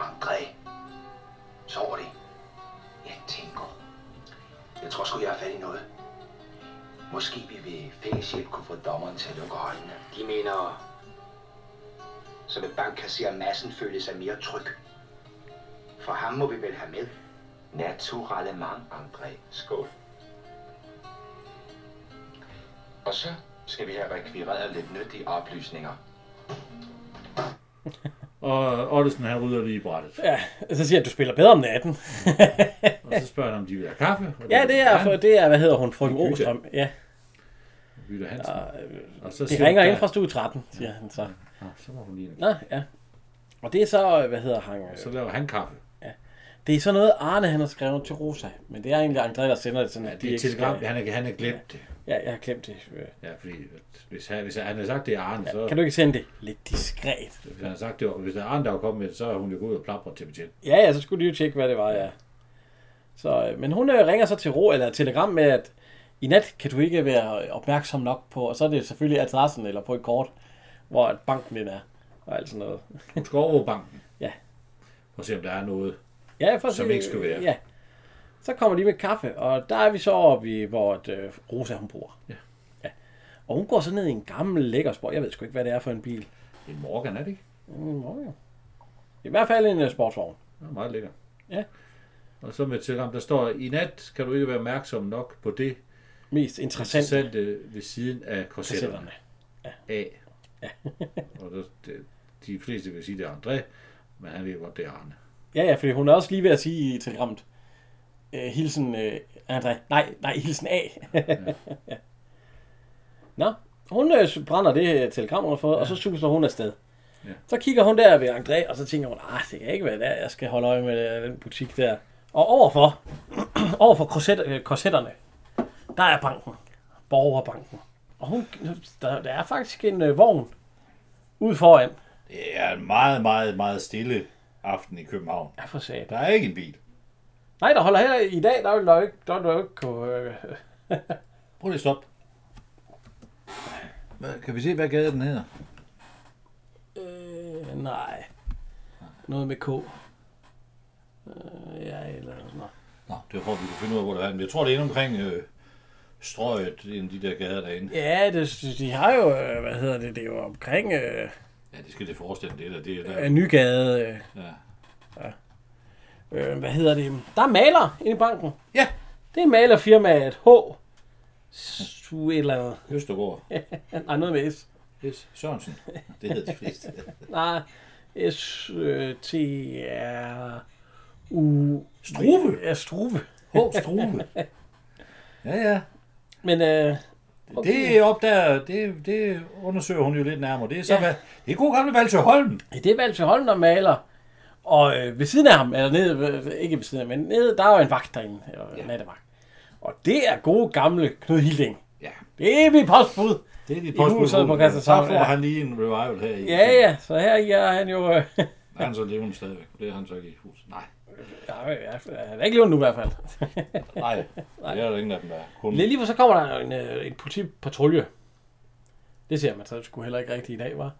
André. Sover de? Jeg tænker. Jeg tror sgu, jeg har fat i noget. Måske vi ved fælles hjælp kunne få dommeren til at lukke øjnene. De mener, så vil bankkasserer massen føle sig mere tryg. For ham må vi vel have med. Naturelle mang, André. Skål. Og så skal vi have rekvireret lidt nyttige oplysninger.
Og Ottesen, han rydder lige i brættet.
Ja, så siger jeg, at du spiller bedre om natten.
Og så spørger han, om de vil have kaffe. Og
ja, det er,
han,
for, det er hvad hedder hun, frøken
Gyda.
Åstrøm. Ja,
Jytte Hansen. Og så
øh, det ringer
hun,
ind fra stue 13, siger han så.
"Ja, så må hun lige ind."
Nå, ja. Og det er så, øh, hvad hedder han? øh,
Så laver han kaffe.
Det er så noget, Arne han har skrevet til Rosa. Men det er egentlig André, der sender det sådan.
Ja,
at
det
de
er et
ikke
telegram.
skal-
Han er, han er glemt det.
Ja, jeg har glemt det. øh.
Ja, fordi at hvis han, hvis han havde sagt, det er Arne, så...
Kan du ikke sende det lidt diskret?
Hvis han havde sagt, det var, hvis der er Arne, der var kommet med det, så er hun jo gået ud og plapret til betjent.
Ja, ja, så skulle de jo tjekke, hvad det var, ja. Så, øh, men hun øh, ringer så til Ro, eller et telegram med, at i nat kan du ikke være opmærksom nok på, og så er det selvfølgelig adressen eller på et kort, hvor at banken den er, og alt sådan noget.
Hun skal overvåge banken.
Ja.
Og se, om der er noget.
Ja, for at
Som
sige-
ikke skulle være.
Ja. Så kommer de med kaffe, og der er vi så oppe i, hvor at, øh, Rosa hun bor.
Ja.
ja. Og hun går så ned i en gammel lækker sport. Jeg ved sgu ikke, hvad det er for en bil.
En Morgan, er det ikke?
Mm, nå, ja. I hvert fald en øh, sportsvogn.
Det er meget lækker.
Ja.
Og så med et telegram, der står, i nat kan du ikke være opmærksom nok på det
Mest interessant.
interessante ved siden af korsetterne.
Interessant.
A. og der, det, de fleste vil sige, det er André, men han ved godt, det er Arne.
Ja, ja, fordi hun er også lige ved at sige i telegrammet, øh, hilsen øh, André, nej, nej, hilsen A. ja. Nå, hun øh, brænder det øh, telegram, hun har fået, ja. og så suser hun afsted.
Ja.
Ja. Så kigger hun der ved André, og så tænker hun, ah, det kan ikke være der, jeg skal holde øje med øh, den butik der. Og overfor, overfor korset, øh, korsetterne, der er banken, borgerbanken. Og hun, der, der er faktisk en øh, vogn ude foran.
Det er en meget, meget, meget stille aften i København.
Ja, for satan.
Der er ikke en bil.
Nej, der holder heller i dag, der vil der jo ikke, der vil der jo ikke kunne, øh,
Prøv lige at stoppe. Hvad- Kan vi se, hvad gade den hedder?
Øh, Øh, nej. Noget med K. Øh, ja, eller sådan noget.
Nå, det var for, at vi kunne finde ud af, hvor det er. Men jeg tror, det er inde omkring øh, strøget, en af de der gader derinde.
Ja, det, de har jo, øh, hvad hedder det, det er jo omkring øh,
Ja, det skal det forestille, det der. Det er
øh,
der.
Nygade. Øh,
Ja.
øh, hvad hedder det? Der er maler inde i banken.
Ja.
Det er malerfirmaet H. S- Et eller andet.
Østergaard.
Nej, noget med S.
Yes. Sørensen. Det hedder de fleste.
Nej, S, øh, T, R, U...
Struve.
Ja, Struve.
H. Struve. Ja, ja.
Men øh,
Det opdager, det, det undersøger hun jo lidt nærmere. Det er så, ja. hvad, det er god gamle Valter Holm.
det er valgt til Holm, der maler. Og øh, ved siden af ham, eller nede, ved- ikke ved siden af, men nede, der er jo en vagt derinde, eller ja. nattevagt. Og det er gode gamle Knud Hilding.
Ja.
Det er mit postbud.
Det er dit
I
postbud.
huset på
Rune.
Christianshavn,
Så får
ja.
han lige en revival her i.
Ja, ja, så her i er han jo... Øh,
Er han så levende stadigvæk? Det er han så ikke i huset. Nej.
nej, i hvert fald- han er ikke levende nu i hvert fald.
Nej. Det er der ingen af dem, der er. Kun...
Lige lige for så kommer der en, øh, en politipatrulje. Det ser man så sgu heller ikke rigtigt i dag, var.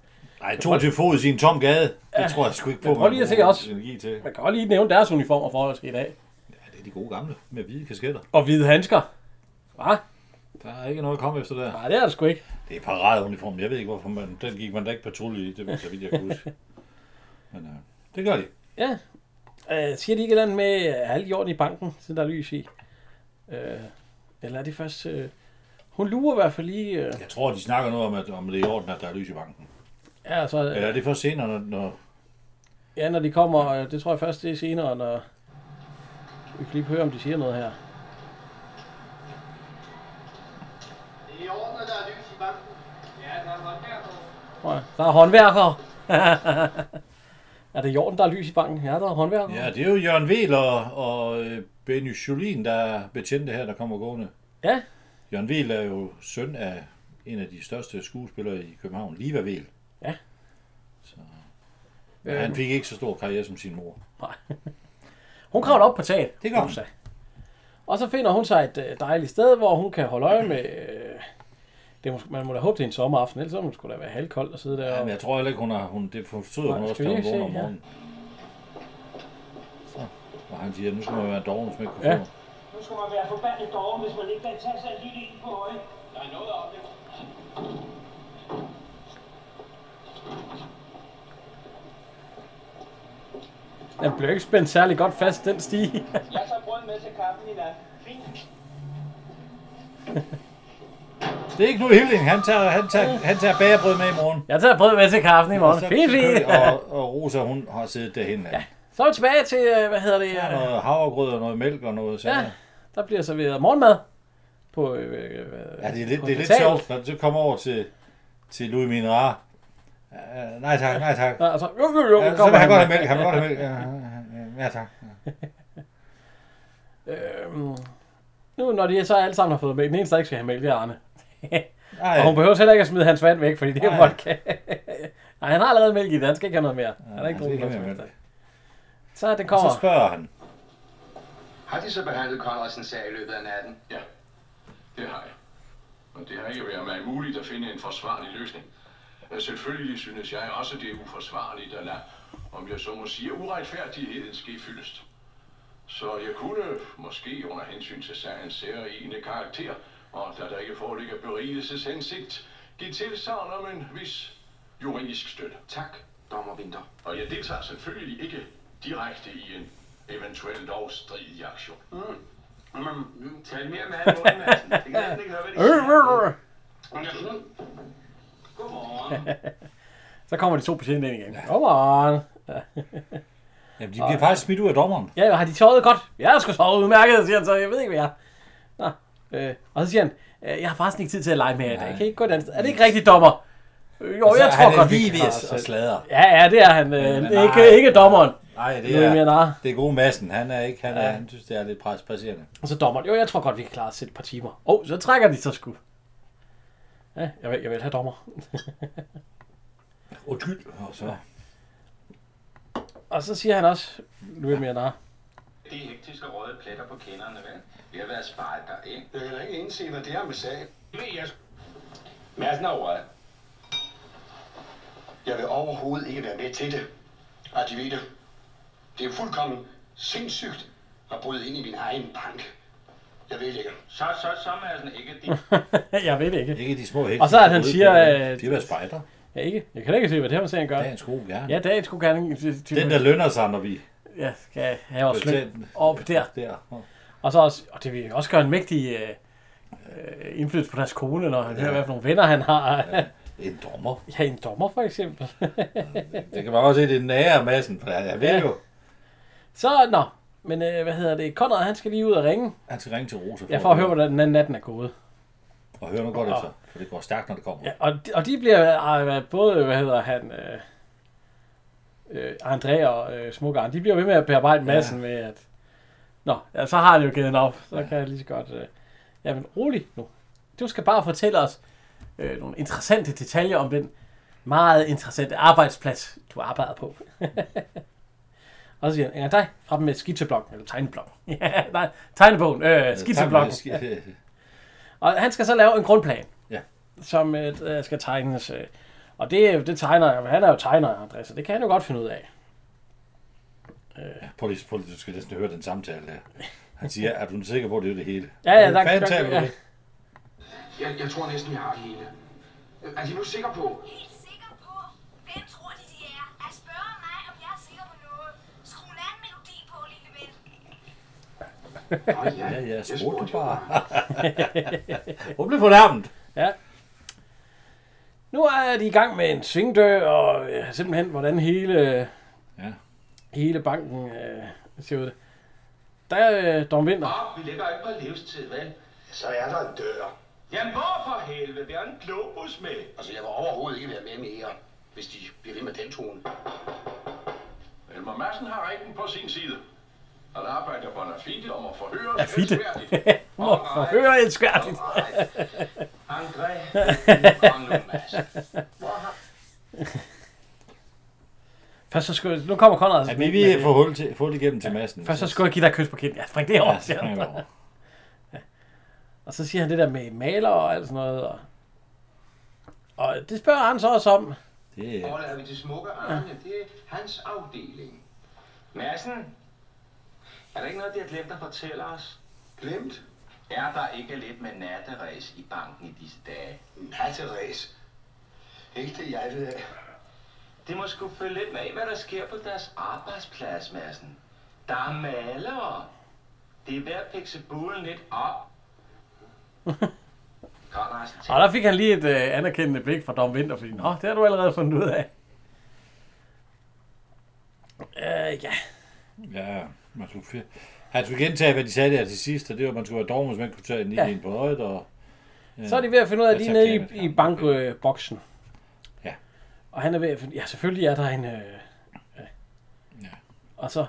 Nej, to til fod i en tom gade. Det tror jeg sgu ikke på.
Jeg prøver
man
lige at se
bruger
også.
Energi til.
Man kan godt lige nævne deres uniformer for os i dag.
Ja, det er de gode gamle med hvide kasketter.
Og hvide handsker. Hva?
Der er ikke noget at komme efter der.
Nej, det er der sgu ikke.
Det er paradeuniform. Jeg ved ikke, hvorfor man... Den gik man da ikke patrulje i. Det var så vidt, jeg kan huske. Men øh, det gør de.
Ja. Øh, siger de ikke et eller andet med øh, halv jorden i banken, siden der er lys i? Øh, eller er det først... Øh, hun lurer i hvert fald lige... Øh,
Jeg tror, de snakker noget om, at om det er i orden, at der er lys i banken.
ja, så,
Eller
øh,
er det først senere, når, når
ja, når de kommer, øh, det tror jeg først, det er senere, når... Vi kan lige høre, om de siger noget her.
Det er i orden, at der er lys i banken.
Ja, der er godt der.
Prøv at- Der er håndværkere. er det jorden, der er lys i banken? Ja, der er håndværkere.
Ja, det er jo Jørgen Vel og, og øh, Benny Jolin, der er betjente her, der kommer gående.
Ja.
Jørgen Vel er jo søn af en af de største skuespillere i København, Liva Vel.
Ja.
Så, ja, han fik ikke så stor karriere som sin mor.
Hun kravler op på taget.
Det gør hun.
sig. Og så finder hun sig et øh, dejligt sted, hvor hun kan holde øje med... øh, Det er måske, man må da håbe, det er en sommeraften, ellers så må det sgu da være halvkoldt at sidde der.
Ja,
og-
men jeg tror heller ikke, hun har... Hun, det fortryder hun
Nej,
også,
skal
da
vi
hun
lige
vågner om
se her?
morgenen. Så, og han siger, nu skal man være doven, hvis man ikke kan
Ja.
få.
Nu skal man være forbandet dårlig, hvis man ikke kan tage sig lige ind på øjet.
Der er noget om det.
Den blev ikke spændt særlig godt fast, den stige.
Jeg tager brød med til kaffen i nat. Fint.
Det er ikke nu Hilding. Han tager, han tager, han tager bagerbrød med i morgen.
jeg tager brød med til kaffen i morgen.
Og så-
Fint, fint.
Og, og Rosa, hun har siddet derhen. Ja.
Så er vi tilbage til, øh, hvad hedder det? øh,
Noget havregrød og noget mælk og noget sådan.
Ja, der bliver serveret morgenmad. På, øh, øh, øh,
Ja, det er lidt,
på
det er lidt
hospitalet.
sjovt, når du så kommer over til, til Louis Minard. Uh, nej tak, nej tak.
Ja, og så, jo, jo, jo,
Ja, så
Øh, kommer
vil han
han.
godt have mælk, han vil godt have mælk. Ja, ja, Ja, tak.
Øhm, nu, når de så alle sammen har fået mælk, den eneste, der ikke skal have mælk, det er Arne.
Ej,
Og hun behøver heller ikke at smide hans vand væk, fordi det er
Nej.
folk. Nej, han har allerede mælk i det, han skal ikke have noget mere. Han er
han
ikke
skal
brug
ikke
for
have mere
noget
mælk.
Så den
så
kommer.
spørger han.
Har de så behandlet Konradsens sag i løbet af natten?
Ja,
Det har jeg. Og det har ikke været mig muligt at finde en forsvarlig løsning. Øh, Selvfølgelig synes jeg også, det er uforsvarligt at lade, om jeg så må sige, uretfærdigheden ske fyldest. Så jeg kunne måske under hensyn til sagens særlige karakter, og da der ikke foreligger berigelses hensigt, give tilsagn om en vis juridisk støtte.
Tak, dommer Winter.
Og jeg deltager selvfølgelig ikke direkte i en eventuel lovstridig aktion.
Mm, tal mere mad i munden, Madsen. Det kan næsten ikke høre, hvad de
Øh, øh, øh.
siger. Mm. Godmorgen.
Så kommer de to patienter ind igen. Godmorgen. Ja.
Jamen, de bliver faktisk smidt ud af dommeren.
Ja, har de sovet godt? Jeg har sgu sovet udmærket, siger han så. Jeg ved ikke, hvad jeg er. Nå, øh, og så siger han, øh, jeg har faktisk ikke tid til at lege med jer i dag. Kan I ikke gå et andet sted? Er det ikke rigtigt, dommer? Øh, jo,
Og så
jeg
er
tror
Altså, han
godt,
er lige
vi
ved
kan
at- at sladre.
Ja, ja, det er han. Øh,
Men nej.
ikke, ikke dommeren.
Nej, det
Nu er jeg
er,
mere nar.
det er gode massen. Han, er ikke, han, er,
Ja.
han synes, det er lidt pres- presserende.
Og så dommeren, jo, jeg tror godt, vi kan klare os et par timer. Åh, oh, så trækker de så sgu. Ja, jeg vil, jeg vil have dommer.
Undskyld. Og så,
Og så siger han også, nu er jeg mere nar.
De hektiske røde pletter på kinderne, vel? Vi har været sparet der, ikke?
Jeg kan da ikke indse, hvad det er med sagen.
Det ved jeg sgu. Madsen har ordet.
Jeg vil overhovedet ikke være med til det. Og de ved det. Det er fuldkommen sindssygt at bryde ind i min egen bank. Jeg ved det ikke.
Så, så, så er sådan ikke det.
jeg ved det ikke.
Ikke de små hække.
Og så at han
Ude
siger...
på-
Øh,
Det var spejder.
ja, ikke. Jeg kan da ikke se, hvad det her serien gør.
Dagens gode gerne.
Ja, dagens skulle gerne... til- til-
Den, der lønner sig, når vi...
Ja, skal have os
Betalt.
løn op der.
Der.
Og så også, og det vil også gøre en mægtig øh, øh, indflydelse på deres kone, når han ja. hører, hvad for nogle venner han har. Ja.
En dommer.
ja, en dommer for eksempel.
Det kan man også se, det nærer massen. For jeg ved
Ja.
jo,
så, nå. Men øh, hvad hedder det? Conrad, han skal lige ud og ringe.
han skal ringe til Rosa.
Jeg får at høre, hvordan den anden natten er gået.
Og høre noget godt efter. For det går stærkt, når det kommer.
Ja, og, de, og de bliver øh, øh, både, hvad hedder han, øh, øh, André og øh, Smukkeren, de bliver ved med at bearbejde massen ja. med, at Nå, ja, så har han jo givet den op, så ja. kan jeg lige så godt... Øh, jamen, rolig nu. Du skal bare fortælle os øh, nogle interessante detaljer om den meget interessante arbejdsplads, du arbejder på. og så siger han, ja, dig, frem med skitseblokken, eller tegneblokken. ja, nej, tegnebogen, øh, skitseblokken. Og han skal så lave en grundplan.
Ja.
Som øh, der skal tegnes. Øh. Og det, det tegner han. er jo tegner, Andreas, så det kan han jo godt finde ud af.
Prøv lige, prøv lige, du skal næsten høre den samtale der. Han siger, er du sikker på, at det er det hele?
Ja, ja, der-
der, der,
der-
taler
ja.
du det?
Jeg, jeg tror næsten, jeg har det hele. Er de nu sikre på?
Helt sikker på, hvem tror de, de er? At spørge mig, om jeg er sikker på noget. Skru en anden melodi på, lille ven.
Nå, ja,
Ja, ja,
jeg
spurgte
spurgte
du
jo.
bare. Hun blev fornærmet.
Ja. Nu er de i gang med en svingdør, og øh, simpelthen, hvordan hele,
Ja.
hele banken øh, ser ud. Der er øh, Dom Vinter.
Vi ligger ikke på livstid, vel?
Så er der en dør.
Jamen, hvorfor helvede? Vi har en globus med.
Altså, jeg vil overhovedet ikke være med mere, hvis de bliver ved med den tone.
Elmer Madsen har ringen på sin side. Han arbejder på Nafite om at forhøre
Ja, fitte.
elskværdigt.
Må forhøre et skærligt.
André,
Først så skulle jeg, nu kommer Conrad.
Ja,
Altså,
vi vil få hul, til, få det igennem til massen.
Først så skulle jeg give dig et kys på kinden. Ja, spring det over.
Ja, så
siger
kan
han.
jeg gå over.
Og så siger han det der med maler og alt sådan noget. Og, og det spørger han så også om.
Det er
Overlader vi til smukke Arne. Det er hans afdeling.
Madsen, er der ikke noget, de har glemt at fortælle os?
Glemt?
Er der ikke lidt med natteræs i banken i disse dage?
Natteræs. Ikke det, jeg ved af.
Det må sgu følge lidt med, hvad der sker på deres arbejdsplads, Madsen. Der er malere. Det er ved at fikse bulen lidt op. Godt, Madsen.
Og der fik han lige et øh, anerkendende blik fra Dom Winter, fordi, nå, det har du allerede fundet ud af. Øh, ja.
Ja, man skulle, fi- han skulle gentage, hvad de sagde der til sidst, og det var, at man skulle være dogme, hvis man kunne tage en
Ja.
ja. en på øjet, og
Så er de ved at finde ud af, at de
Jeg
er
tager
nede
planen,
i, i
Karen.
bankboksen.
Ja.
Og han er ved at finde, ja, selvfølgelig er der en... Øh, ja.
Ja.
Og så,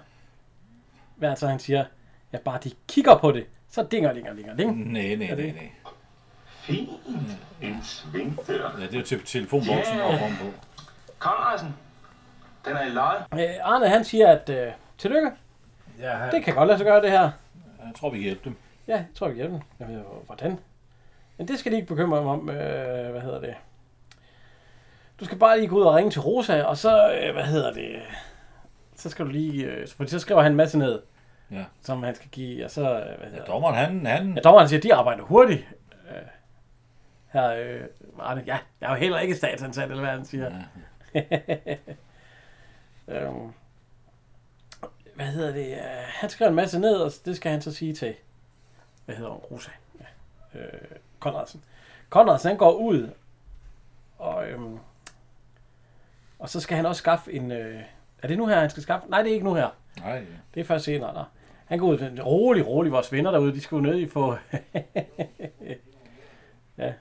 hvad er det så, han siger? Ja, bare de kigger på det, så dinger, dinger, dinger, ding.
nej, nej, nej,
det-
nej.
Fint. En svingdør.
Ja, det er jo til telefonboksen
Ja.
og kom på.
Konradsen, den er i lod.
Øh, Arne, han siger, at øh, tillykke,
Ja, han,
det kan godt lade sig gøre, det her.
jeg tror, vi kan hjælpe dem.
Ja, jeg tror, vi hjælper dem. Jeg ved jo, hvordan. Men det skal de ikke bekymre mig om. Øh, hvad hedder det? Du skal bare lige gå ud og ringe til Rosa, og så, øh, hvad hedder det? Så skal du lige... Øh, fordi så skriver han en masse ned,
Ja.
som han skal give, og så... Øh, hvad
Ja,
hedder det?
dommeren, han, han,
Ja, dommeren siger, at de arbejder hurtigt. Øh, her, øh, Arne, ja, jeg er jo heller ikke statsansat, eller hvad han siger. øhm, hvad hedder det? Øh, Han skriver en masse ned, og det skal han så sige til, hvad hedder hun, Rosa? Ja. Øh, Konradsen. Konradsen, han går ud, og, øhm, og så skal han også skaffe en... Øh, er det nu her, han skal skaffe? Nej, det er ikke nu her.
nej, ja.
Det er først senere, nå. Han går ud, den- rolig, rolig, vores venner derude, de skulle ned i få... ja.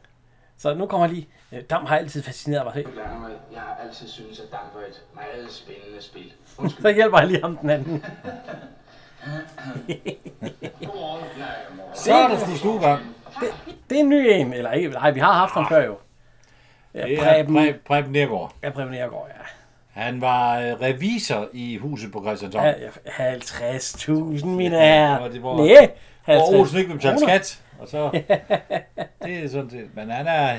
Så nu kommer lige, øh, Dam har altid fascineret mig. Se.
Blander mig. Jeg har altid syntes, at Dam var et meget spændende spil. Undskyld.
Så hjælper jeg lige ham den anden.
Godmorgen. Nej, morgen.
Så er der sgu stuegang.
Det er en ny en, eller ikke, nej, vi har haft ham før jo. Ja,
Det er
Preben,
Preben, Preben Nergård.
ja, Preben Nergård, ja.
Han var øh, revisor i huset på Christianshavn.
Ja, ja, 50.000, mine herrer.
Og det var-
Nej,
Og Olsen ikke vil betale
kroner.
skat. Og så, det er sådan set. Men han er,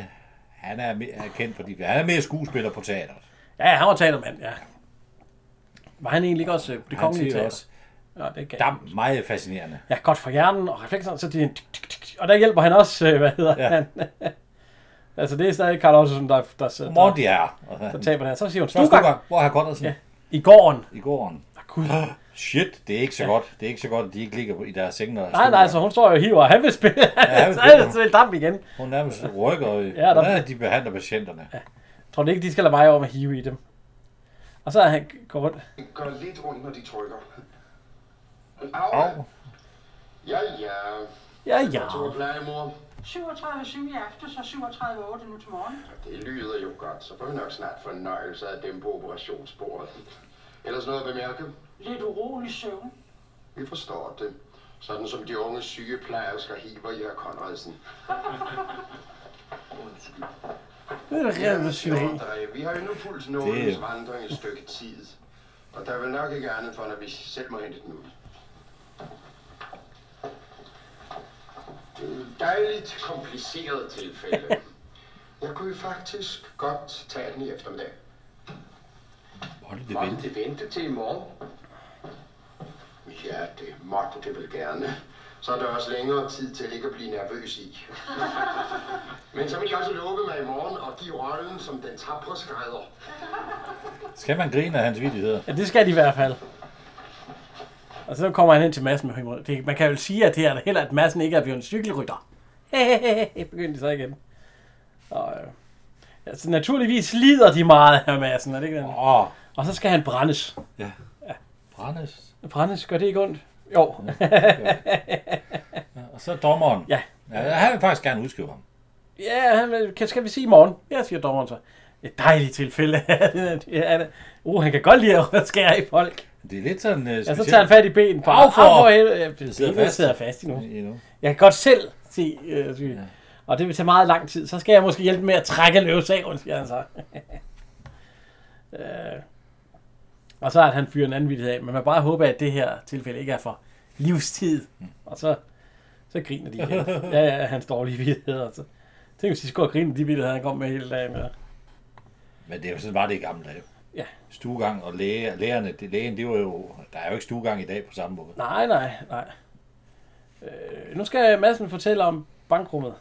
han er, mere, er kendt, fordi han er mere skuespiller på teateret.
Ja, han var teatermand, ja. Var han egentlig ikke også øh, det
Han
kongelige
siger
teater?
også,
Nå, det kan
der er meget fascinerende.
Ja, godt for hjernen og reflekserne, så de en tik, tik, tik, og der hjælper han også, øh, hvad hedder ja.
Ja.
han? altså, det er stadig Karl Ottesen, der, der, der,
Godmorgen,
der,
de er.
der taber den her. Så siger hun,
Så er
Stugang
Stugang. Hvor har Goddersen? Ja.
i gården.
I gården.
Ah, Gud.
Shit, det er ikke så ja. godt. Det er ikke så godt, at de ikke ligger på- i deres senge. og
Nej,
stuer.
nej, så hun står jo og hiver, og han vil spille, ja,
han
han
vil
vil
spille.
spille damp igen.
Hun nærmest rykker,
der-
ja, der... hvordan de behandler patienterne. Ja.
Tror du ikke, de skal lade mig om at hive i dem? Og så er han går rundt.
Gør lidt rundt, når de trykker.
Og,
Ja, ja.
Ja, ja.
To plejemor.
37 syge i aftes og 37 8 nu til morgen.
Det lyder jo godt, så får vi nok snart fornøjelse af dem på operationsbordet. Ellers noget at bemærke?
Lidt urolig søvn.
Vi forstår det. Sådan som de unge sygeplejersker hiver i herr Konradsen. Undskyld.
Det er revolutionært.
André, vi har jo nu fulgt
Det
nådens
er-
vandring et stykke tid. Og der er vel nok ikke andet for, end at vi selv må hente den ud. Det er et dejligt kompliceret tilfælde. Jeg kunne jo faktisk godt tage den i eftermiddag.
Måtte det
Måtte
vente.
det vente til i morgen? Ja, det måtte det vel gerne. Så er der også længere tid til ikke at blive nervøs i. Men så vil jeg også lukke mig i morgen og give rollen som den tabre skrædder.
Skal man grine af hans vidigheder?
Ja, det skal de i hvert fald. Og så kommer han hen til Madsen med humor. Det, man kan jo sige, at det her er da heller, at Madsen ikke er blevet en cykelrytter. Hehehe, begyndte de så igen. Og, øh, altså, naturligvis slider de meget her Madsen, er det ikke den?
Åh, oh,
Og så skal han brændes.
brændes.
Brændes, gør det ikke ondt? Jo.
Og så dommeren.
Ja.
ja han vil faktisk gerne udskrive ham.
Ja, han vil- kan, skal vi sige i morgen? Ja, siger dommeren så. Et dejligt tilfælde. det er det. Uh, han kan godt lide at skære i folk.
Det er lidt sådan uh,
Ja,
specielt.
så tager han fat i benet på.
Au, for-
Au, for helvede. Ja, benet
sidder
sidder fast.
fast.
i nu.
You know.
Jeg kan godt selv se, øh, sy- og det vil tage meget lang tid. Så skal jeg måske hjælpe med at trække løvesaven, siger han så. øh. Og så er han fyret en anden vidighed af, men man bare håber, at det her tilfælde ikke er for livstid. Og så, så griner de igen. Ja, ja, hans dårlige vidigheder. Så. Tænk, hvis de skulle have grinet de vidigheder, han kom med hele dagen. Ja.
Men det er jo sådan, var det i gamle dage.
Ja.
Stuegang og læge, lægerne, det, lægen, det var jo, der er jo ikke stuegang i dag på samme måde.
Nej, nej, nej. Øh, nu skal Madsen fortælle om bankrummet.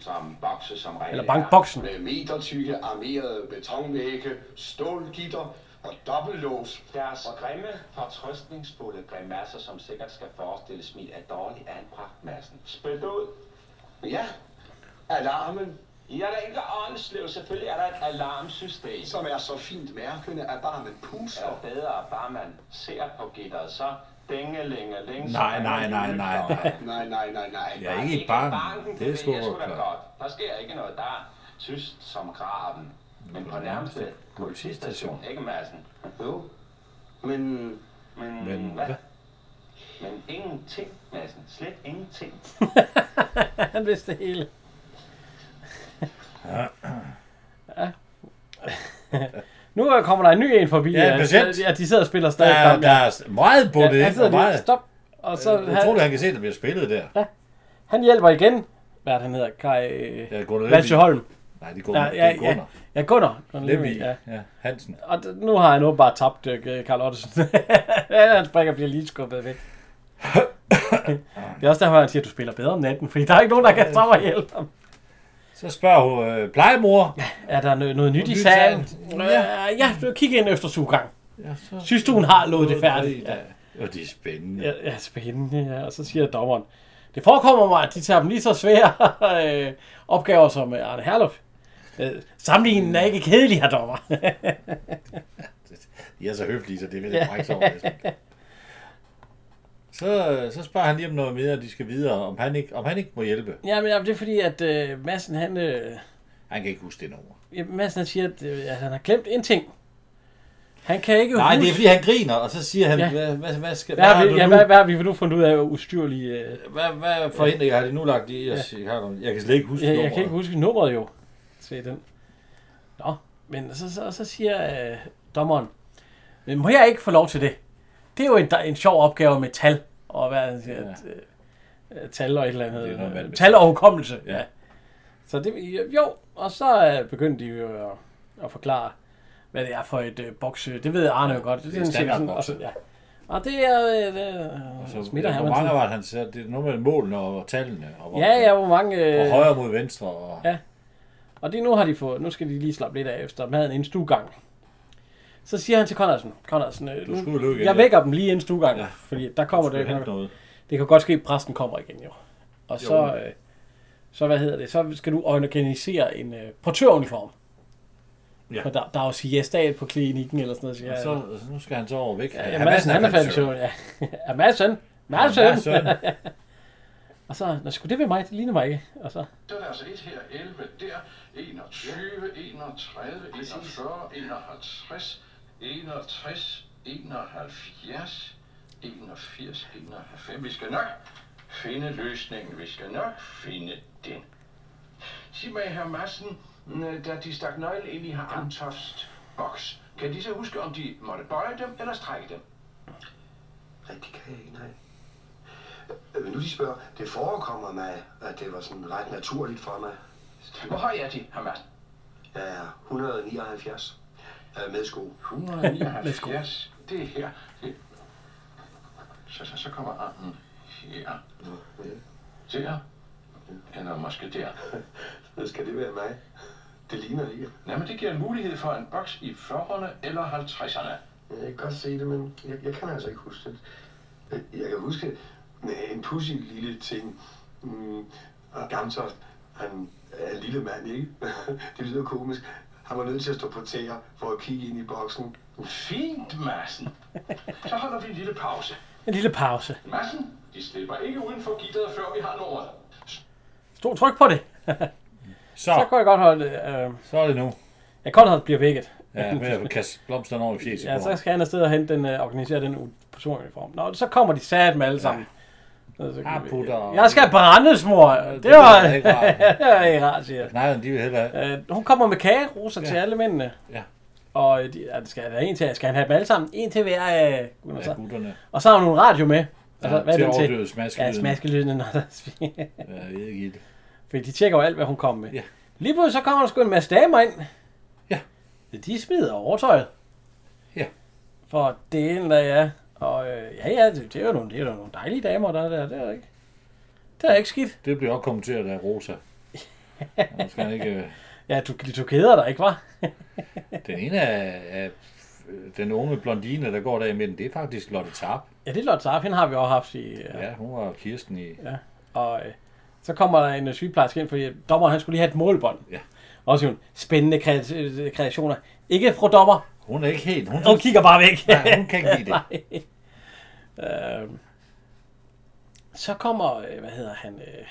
Som bokse som regel
Eller bankboksen.
er, Med metertykke armerede betonvægge, stålgitter og dobbeltlås.
Deres grimme, fortrøstningsfulde grimasser, som sikkert skal forestille smil af dårlig anbragt massen. Spændt ud.
Ja, alarmen,
I er da ikke åndsløv. Selvfølgelig er der et alarmsystem.
som er så fint mærkende, at bare man puster.
er bedre, at bare man ser på gitteret, så dænge længe længe.
Nej, nej, nej, nej, nej.
Nej, nej, nej, nej.
Ja, ikke i banken. Det er sgu
jeg sgu da
klart.
godt. Der sker ikke noget. Der er tyst som graven. Men på nærmeste politistation. Ikke massen.
Jo. Men
Men,
Men
hvad?
hvad?
Men ingenting, Madsen. Slet ingenting.
Han vidste det hele. ja. nu øh, kommer der en ny en forbi.
Ja, en patient.
Ja, de sidder og spiller
Der,
stadig.
er,
kamp,
der er meget på det.
ja, han sidder
og meget, Øh,
lige, stop. Og så
jeg tror,
han,
han kan se, at der bliver spillet der.
han hjælper igen. Hvad er det, han hedder? Kai... Øh,
Ja, Gunnar
Valsø
Lemvig.
Holm.
Nej, det går
Ja, ja,
det er
ja.
Gunnar.
Ja, Gunnar. Gunnar
Lemvig.
Lemvig, ja.
Ja, Hansen.
Og d- nu har han åbenbart tabt øh, Carl Ottesen. Ja, Hans brækker bliver lige skubbet væk. det er også derfor, han siger, at du spiller bedre om natten, fordi der er ikke nogen, der kan stoppe og hjælpe ham.
Så spørger hun øh, plejemor.
Er der noget, noget nyt i
Nyt i
salen?
salen.
Ja, ja du kig ind efter sugang.
Ja, så
Synes du, hun har lået det færdigt?
Ja. Jo, det er spændende.
Ja, ja, spændende. Ja. Og så siger dommeren, det forekommer mig, at de tager dem lige så svære øh, opgaver som øh, Arne Herluf. Øh, Sammenligningen er ikke kedelig, her dommer.
De er så høflige, så det vil jeg brække sig over. næsten. Så, øh, så spørger han lige om noget mere, og de skal videre, om han ikke, om han ikke må hjælpe.
Jamen, jamen, det er fordi, at øh, Madsen, han, øh,
Han kan ikke huske det nummer.
ja, Madsen han siger, at, øh, at han har glemt en ting. Han kan ikke
Nej,
huske,
det er fordi, han griner, og så siger han,
Ja.
ja. hvad, hvad, hvad, skal,
hvad, har vi, ja,
nu?
hvad, hvad har vi nu fundet ud af ustyrlige... Øh,
Hvad, hvad forhindringer har de nu lagt i? Jeg, jeg, jeg kan slet ikke huske
Ja, jeg
nummeret.
kan ikke huske nummeret jo. Se den. Nå, men så, så, så siger øh, dommeren, men må jeg ikke få lov til det? Det er jo en, der, en sjov opgave med tal, og hvad er det, ja.
Ja.
øh, tal og et eller andet.
Det er noget med
øh,
det.
tal og hukommelse, ja.
Ja.
Så det, jo, og så øh, begyndte de jo at, at forklare, hvad det er for et øh, boks. øh, Det ved Arne jo godt. Det,
er
sådan cirka sådan, og
standardbokse.
sådan, ja. Og det er... Øh, det, øh,
Så,
smitter
hvor mange
han.
var det, han sagde? Det er noget med målene og tallene. Og hvor,
Ja, ja, hvor mange...
Og
Øh,
højre mod venstre. Og,
Ja. Og det nu har de fået, nu skal de lige slappe lidt af efter maden inden stuegang. Så siger han til Conradsen, Conradsen, øh,
Du
nu-
skulle lykke,
jeg
ja."
vækker dem lige inden stuegang, ja.
Ja.
fordi der kommer
Skulle hente
det.
noget.
Det kan godt ske, at præsten kommer igen jo. Og så,
Jo.
øh, så hvad hedder det, så skal du organisere en øh, portøruniform.
Ja.
Ja. For der, der er jo siesta på klinikken eller sådan noget. Siger,
Og
så,
så, nu skal han så over væk.
ja, ja, Madsen, han er faldet i søvn. Ja. ja, Madsen, Madsen.
Madsen.
og så, nå, skulle det være mig? Det ligner mig ikke. Og så,
Så er der altså et her, 11 der, 21, 31, 41, 51, 61, 71, 81, 91. Vi skal nok finde løsningen. Vi skal nok finde den. Sig mig, herr Madsen, mm, da de stak nøglen ind i herr Antofts boks, kan de så huske, om de måtte bøje dem eller strække dem?
Nej, det kan jeg ikke, nej. Øh, Men nu de spørger, det forekommer mig, at det var sådan ret naturligt for mig.
Hvor høj er de, herr Madsen?
Jeg er 179 øh, med sko.
179. det er her. Det. Så, så, så kommer armen her. Der. Eller måske der.
Skal det være mig? Det ligner ikke.
Jamen, det giver en mulighed for en boks i 40'erne eller 50'erne.
Jeg kan godt se det, men jeg, jeg kan altså ikke huske det. Øh, Jeg kan huske øh, en pussy lille ting. Mm, og Gamtoft, han er en lille mand, ikke? det lyder komisk. Han var nødt til at stå på tæer for at kigge ind i boksen.
Fint, Madsen. Så holder vi en lille pause.
en lille pause.
Madsen, de slipper ikke uden for gitteret, før vi har nummeret.
Stor tryk på det.
Så,
Så kunne jeg godt holde, øh,
så er det nu.
jeg godt holde bliver vækket.
Ja, med at kaste blomsterne over i fjeset
Ja,
på
så
ham.
skal han afsted og hente den, øh, organisere den u- personuniform. Nå, så kommer de sat med alle sammen. Ja. Så,
Ah, putter.
Jeg skal brændes, mor. Det,
det
var,
lyder
det
ikke rart.
var ikke rart, siger jeg.
Nej, de vil hellere have.
Øh, hun kommer med kageroser ja. til alle mændene.
Ja.
Og øh, de, ja, der skal der en til, skal han have dem alle sammen? En til hver af øh,
Ja,
så.
gutterne.
Og så har hun en radio med. Altså,
Ja,
hvad er
til
den til?
overdøvet smaskelyden.
Ja, smaskelyden. når der svi-
Ja, jeg ved ikke i det.
Fordi de tjekker jo alt, hvad hun kommer med.
Ja.
Lige pludselig så kommer der sgu en masse damer ind.
Ja.
De smider overtøjet.
Ja.
For delen af ja. Og øh, ja, ja, det, det, er jo nogle, det er jo nogle dejlige damer, der er der. Det er jo ikke. Det er ikke skidt.
Det bliver også kommenteret af Rosa. Nu skal han ikke... øh,
Ja, du, du keder dig, ikke, var?
Den ene af, af øh, den unge blondine, der går der i midten, det er faktisk Lotte Tarp.
Ja, det er Lotte Sarp, hende har vi også haft i... Øh,
Ja, hun var Kirsten i...
ja. Og øh, så kommer der en øh, sygeplejerske ind, fordi dommeren han skulle lige have et målbånd.
Ja.
Og så siger hun, spændende kre- øh, kreationer. Ikke fru dommer.
Hun er ikke helt... Hun,
Hun kigger bare væk.
nej, hun kan ikke lide det.
Nej. Øhm. Så kommer, øh, hvad hedder han? Øh,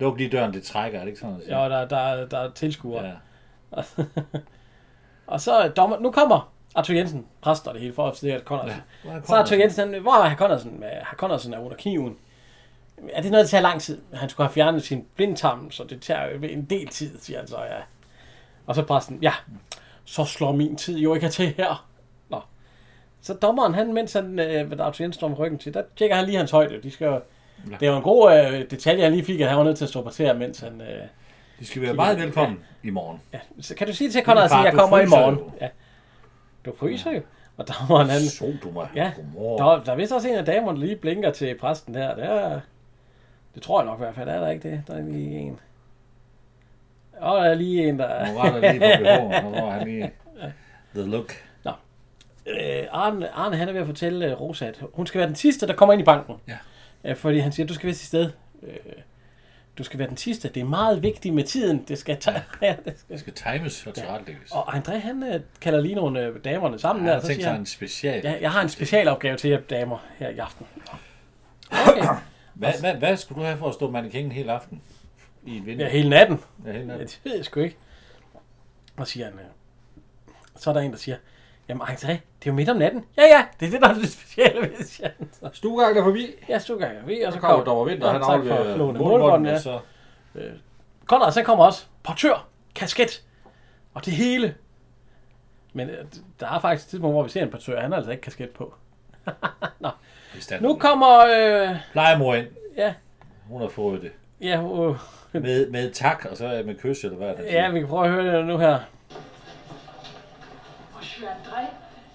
Luk lige døren, det trækker, er det ikke sådan? at sige?
jo, der, der, der er tilskuere.
Ja.
Og så øh, dommer, nu kommer Arthur Jensen, præster det hele for at studere Conradsen.
Hvor er
Ja, så er Arthur
Conradsen?
Jensen, han, hvor er herr Conradsen? med? Herr Conradsen er under kniven. Er det noget, der tager lang tid? Han skulle have fjernet sin blindtarm, så det tager jo en del tid, siger han så, ja. Og så præsten, ja, så slår min tid jo ikke til her. Nå. Så dommeren, han, mens han, øh, hvad der Arthur Jensen står med ryggen til, der tjekker han lige hans højde. De skal, jo- det er jo en god øh, detalje, han lige fik, at han var nødt til at stå på tæer, mens han... Øh,
De skal være meget velkommen i morgen.
ja. Så kan du sige til Conradsen,
far,
at jeg
du
kommer i
fryser
morgen?
jo.
Ja. Du fryser jo. Og dommeren, han...
Så du mig.
Ja,
Godmorgen.
der, var- der er vist også en af damerne, der lige blinker til præsten der. Det, er, det tror jeg nok i hvert fald. Er der ikke det? Der er lige en. Og der er lige en, der...
Nu retter jeg lige på behovet, og hvor er han lige... The look.
Øh, Arne, Arne, han er ved at fortælle øh, Rosa, at hun skal være den sidste, der kommer ind i banken.
Ja.
Øh, fordi han siger, du skal være til sted. Øh, du skal være den sidste. Det er meget vigtigt med tiden. Det skal tage... Ja. det skal...
Det skal times og tilrettelægges.
Og André, han øh, kalder lige nogle øh, damerne sammen.
Jeg
der,
har
så
tænkt
siger
sig
han,
en special.
ja, jeg har en specialopgave til jer damer her i aften. Okay.
Hvad, hvad, hvad skulle du have for at stå mannekingen hele aften? I et vindue?
Ja, hele natten.
Ja, hele
Ja,
natten.
det ved jeg sgu ikke. Og siger han, øh, så er der en, der siger, jamen André, det er jo midt om natten. Ja, ja, det er det, der er det specielle ved, siger han. Så,
Stuegang er forbi.
ja, stuegang er vi, og
Så
så kommer
kommer Dommer Vinter,
Ja,
han
tak for
afleverer
flående
målbånden,
målbånd, ja.
og så...
Konrad, så kommer også portør, kasket og det hele. Men øh, der er faktisk et tidspunkt, hvor vi ser en portør, han har altså ikke kasket på.
Hvis der-
Nu kommer, øh,
Plejemor ind.
Ja.
Hun har fået det.
ja, øh,
Med, med tak, og så med kys, eller hvad er det?
ja, vi kan prøve at høre det nu her.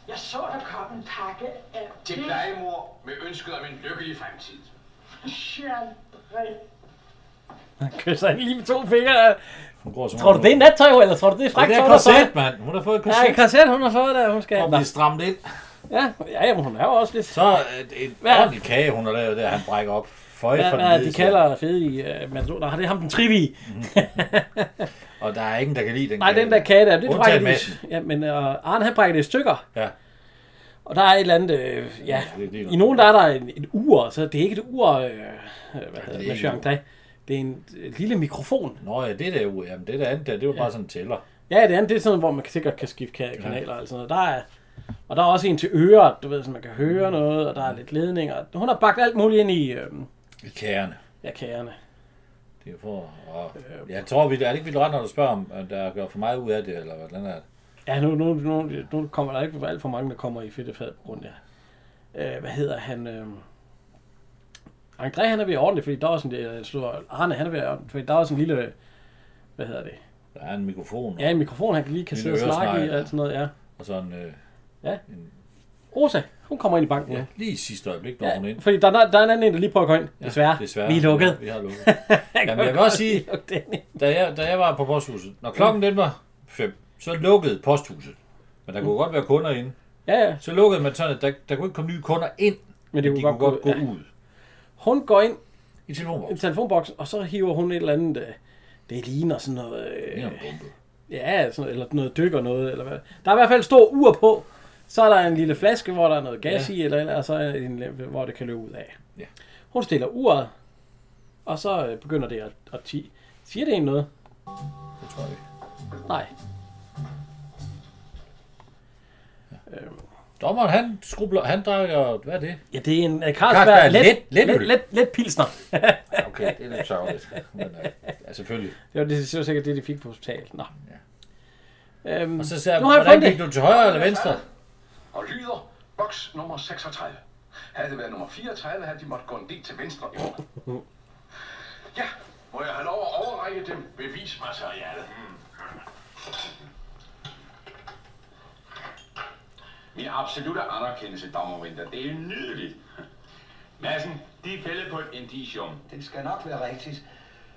Jeg så, der kom en pakke af
Til dig, mor, med ønsket om en lykkelig fremtid.
Chandre.
Han kysser hende lige med to fingre.
Hun går som
Tror du, det er nattøj, eller tror du, det er
frækt?
frækt?
Det er korset, mand. Hun har fået et korset.
Ja, korset, hun har fået der, hun skal.
og
Nå.
blive stramt ind.
Ja, ja, jamen, hun er jo også lidt...
Så et, et
Hvad?
ordentligt kage, hun har lavet der, han brækker op. Føj
Hvad,
for
hvad er det,
den
de
kalder...
kalder fede i uh, Matador? Nej, det er ham den trivi.
Og der er ingen, der kan lide den
Nej,
kage
den der katte, det
Undtagen
brækker de...
Madsen.
Ja, men uh, Arne, han brækker det i stykker.
Ja.
Og der er et eller andet... Øh, ja,
det er lige noget.
i nogen der er der en, et ur, så det er ikke et ur... Øh, hvad hedder det?
ikke et
Monsieur
ur.
Anglais. Det er en øh, lille mikrofon.
Nå ja, det der jo, jamen det der andet der, det var bare sådan en tæller.
Ja, det andet, det er sådan, hvor man sikkert kan skifte ka- kanaler og sådan noget. Der er, og der er også en til ører, du ved, så man kan høre noget, og der er lidt ledninger. Hun har bagt alt muligt ind i øh,
I kagerne.
ja, kagerne.
Det er for, og jeg tror, vi, er det ikke vildt ret, når du spørger, om at der gør for meget ud af det, eller hvordan er det?
Ja, nu, nu, nu, nu kommer der ikke alt for mange, der kommer i fedtefad på grund af. Øh, hvad hedder han? Øh, André, han er ved ordentligt, fordi der er sådan, det, slår, Arne, han er ved ordentligt, fordi der er sådan en lille, hvad hedder det?
Der er en mikrofon,
Ja, en mikrofon, han kan lige kan
Lille
sidde og snakke i,
øresnegl.
og alt sådan noget, ja.
og sådan øh,
Rosa, hun kommer ind i banken. Ja.
lige i sidste øjeblik, når ja, hun
Ja,
ind.
fordi der, er- der er en anden en, der lige prøver at komme ind. Ja, desværre.
desværre.
Vi er lukket.
Vi har lukket.
Jeg
Jamen,
kan
jeg vil
godt
også sige,
lukke den ind.
da jeg, da jeg var på posthuset, når klokken den var 5, så lukkede posthuset. Men der kunne
Mm.
godt være kunder inde.
Ja, ja.
Så lukkede man sådan, at der, der kunne ikke komme nye kunder ind,
Men det kunne
de kunne
godt,
godt
gå,
gå
ja.
ud
Hun går ind
i
i
telefonboksen.
telefonboksen, og så hiver hun et eller andet... øh, Det ligner sådan noget...
Det er
Øh,
en bombe.
ja, sådan, eller noget dykker noget, eller hvad. Der er i hvert fald et stort ur på. Så er der en lille flaske, hvor der er noget gas ja. i, eller, eller og så er en, hvor det kan løbe ud af.
Ja.
Hun stiller uret, og så øh, begynder det at, at ti. Siger det en noget?
Det tror jeg ikke.
Nej.
Dommeren, han skrubler, han drikker, hvad er det?
Ja, det er en uh,
Carlsberg
Carlsberg let,
let- let-
let, let, let, pilsner.
Ja, Okay, det er lidt sørgeligt. Men, øh, ja, selvfølgelig.
det, var, det, det var sikkert det, de fik på hospitalet. Nå. Ja. Øhm,
Og så sagde jeg,
nu har jeg
hvordan
fundet
gik
det.
du til højre eller venstre?
Og lyder boks nummer 36. Havde det været nummer 34, havde de måtte gå en del til venstre i år. Ja, må jeg have lov at overrække dem bevismaterialet. Mm. Min absolutte anerkendelse, dommer Winter. Det er nydeligt. Madsen, de er fældet på et indicium.
Det skal nok være rigtigt,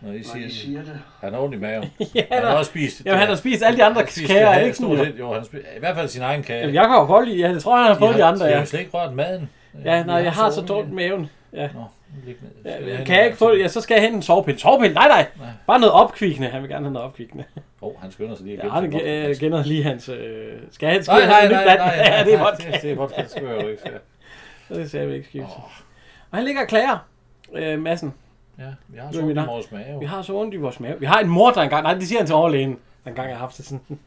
Når I
når
siger,
I siger det.
han har ondt i maven.
Ja,
han har
der-
også spist.
Jamen, han har spist alle de andre
Han spiste
kager,
det
er
her,
det ikke sådan?
stort
jo?
set. Jo, han spiste, i hvert fald sin egen kage.
Jamen, jeg kan jo godt lide, jeg tror, han har fået de, andre,
Jeg
ja.
har slet ikke rørt maden.
Ja, nej, jeg har så
ondt
dårligt
i-
med maven. Ja.
Nå, læg ned.
Ja,
Skal have
jeg
en
kan jeg ikke få
til?
det? Ja, så skal jeg hente en sovepille. Sovepille? Nej, nej. Bare noget opkvikkende. Han vil gerne have noget opkvikkende.
Åh, oh, han skynder sig lige. at
Ja,
gemme
Arne
sin
øh,
podcast.
kender lige hans... Øh, skal jeg skal
Nej,
jeg
nej,
have en ny
nej, nej,
bland?
nej,
Ja, det er vodka.
Det, det er vodka, det skal jeg jo ikke. Ja.
Det ser vi ikke skidt. Og han ligger og klager. Øh, Madsen,
Ja, vi har
Det
så
er min egen.
ondt i vores mave.
vi har så ondt i vores mave. Vi har en mor, der engang... Nej, det siger han til overlægen. Den gang jeg har haft det sådan.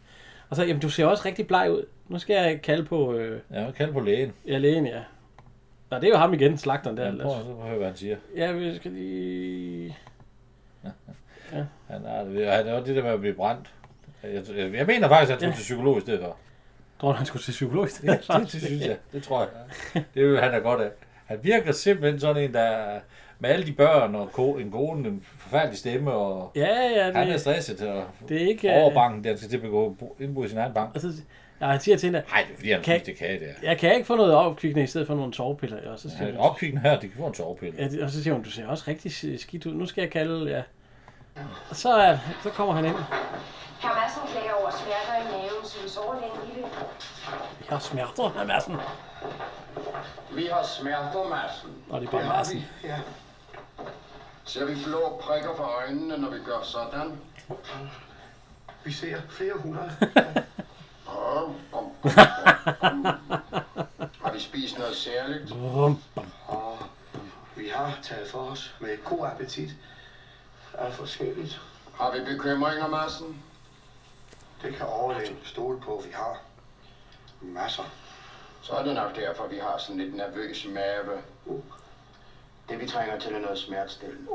Og så, jamen, du ser også rigtig bleg ud. Nu skal jeg kalde på øh,
Ja, vi kalder på lægen.
ja, lægen, ja. Nå, det er jo ham igen, slagteren
Ja,
der.
prøv
Ja,
så prøv at høre, hvad han siger.
ja vi skal lige...
Han er, det er også det der med at blive brændt. Jeg, jeg, jeg mener faktisk, at jeg tog til psykolog i stedet for.
Tror du, han skulle til psykolog?
Ja, det, det synes jeg. Det tror jeg. Det vil han da godt af. Han virker simpelthen sådan en, der er- med alle de børn og ko, en kone, en forfærdelig stemme, og
Ja, ja,
han er
det,
stresset og
det er ikke... øh,
over banken, der skal til at begå indbrud i sin egen bank.
Og så, ja, han siger til hende,
Nej, det er fordi, han
Kan-
synes, det kan det er.
jeg kan ikke få noget opkvikkende i stedet for nogle sovepiller. Og så, siger
Han
hun,
er opkvikken her, det kan få en sovepille.
ja, det- og så siger hun, du ser også rigtig si- skidt ud. Nu skal jeg kalde, ja. Og så, er- så kommer han ind.
Herr Madsen klager over smerter i maven, synes overlægen i det.
Jeg har smerter, han er sådan.
Vi har smerter, Madsen.
Og det er bare Madsen.
Ja,
Ser vi blå prikker for øjnene, når vi gør sådan?
vi ser flere hundrede.
Bum, bum, bum, bum. Har vi spist noget særligt?
Og vi har taget for os med god appetit. Alt forskelligt.
Har vi bekymringer, Madsen?
Det kan overleve stole på, vi har. Masser.
Så er det nok derfor, vi har sådan lidt nervøs mave.
Det vi trænger til er noget smertestillende.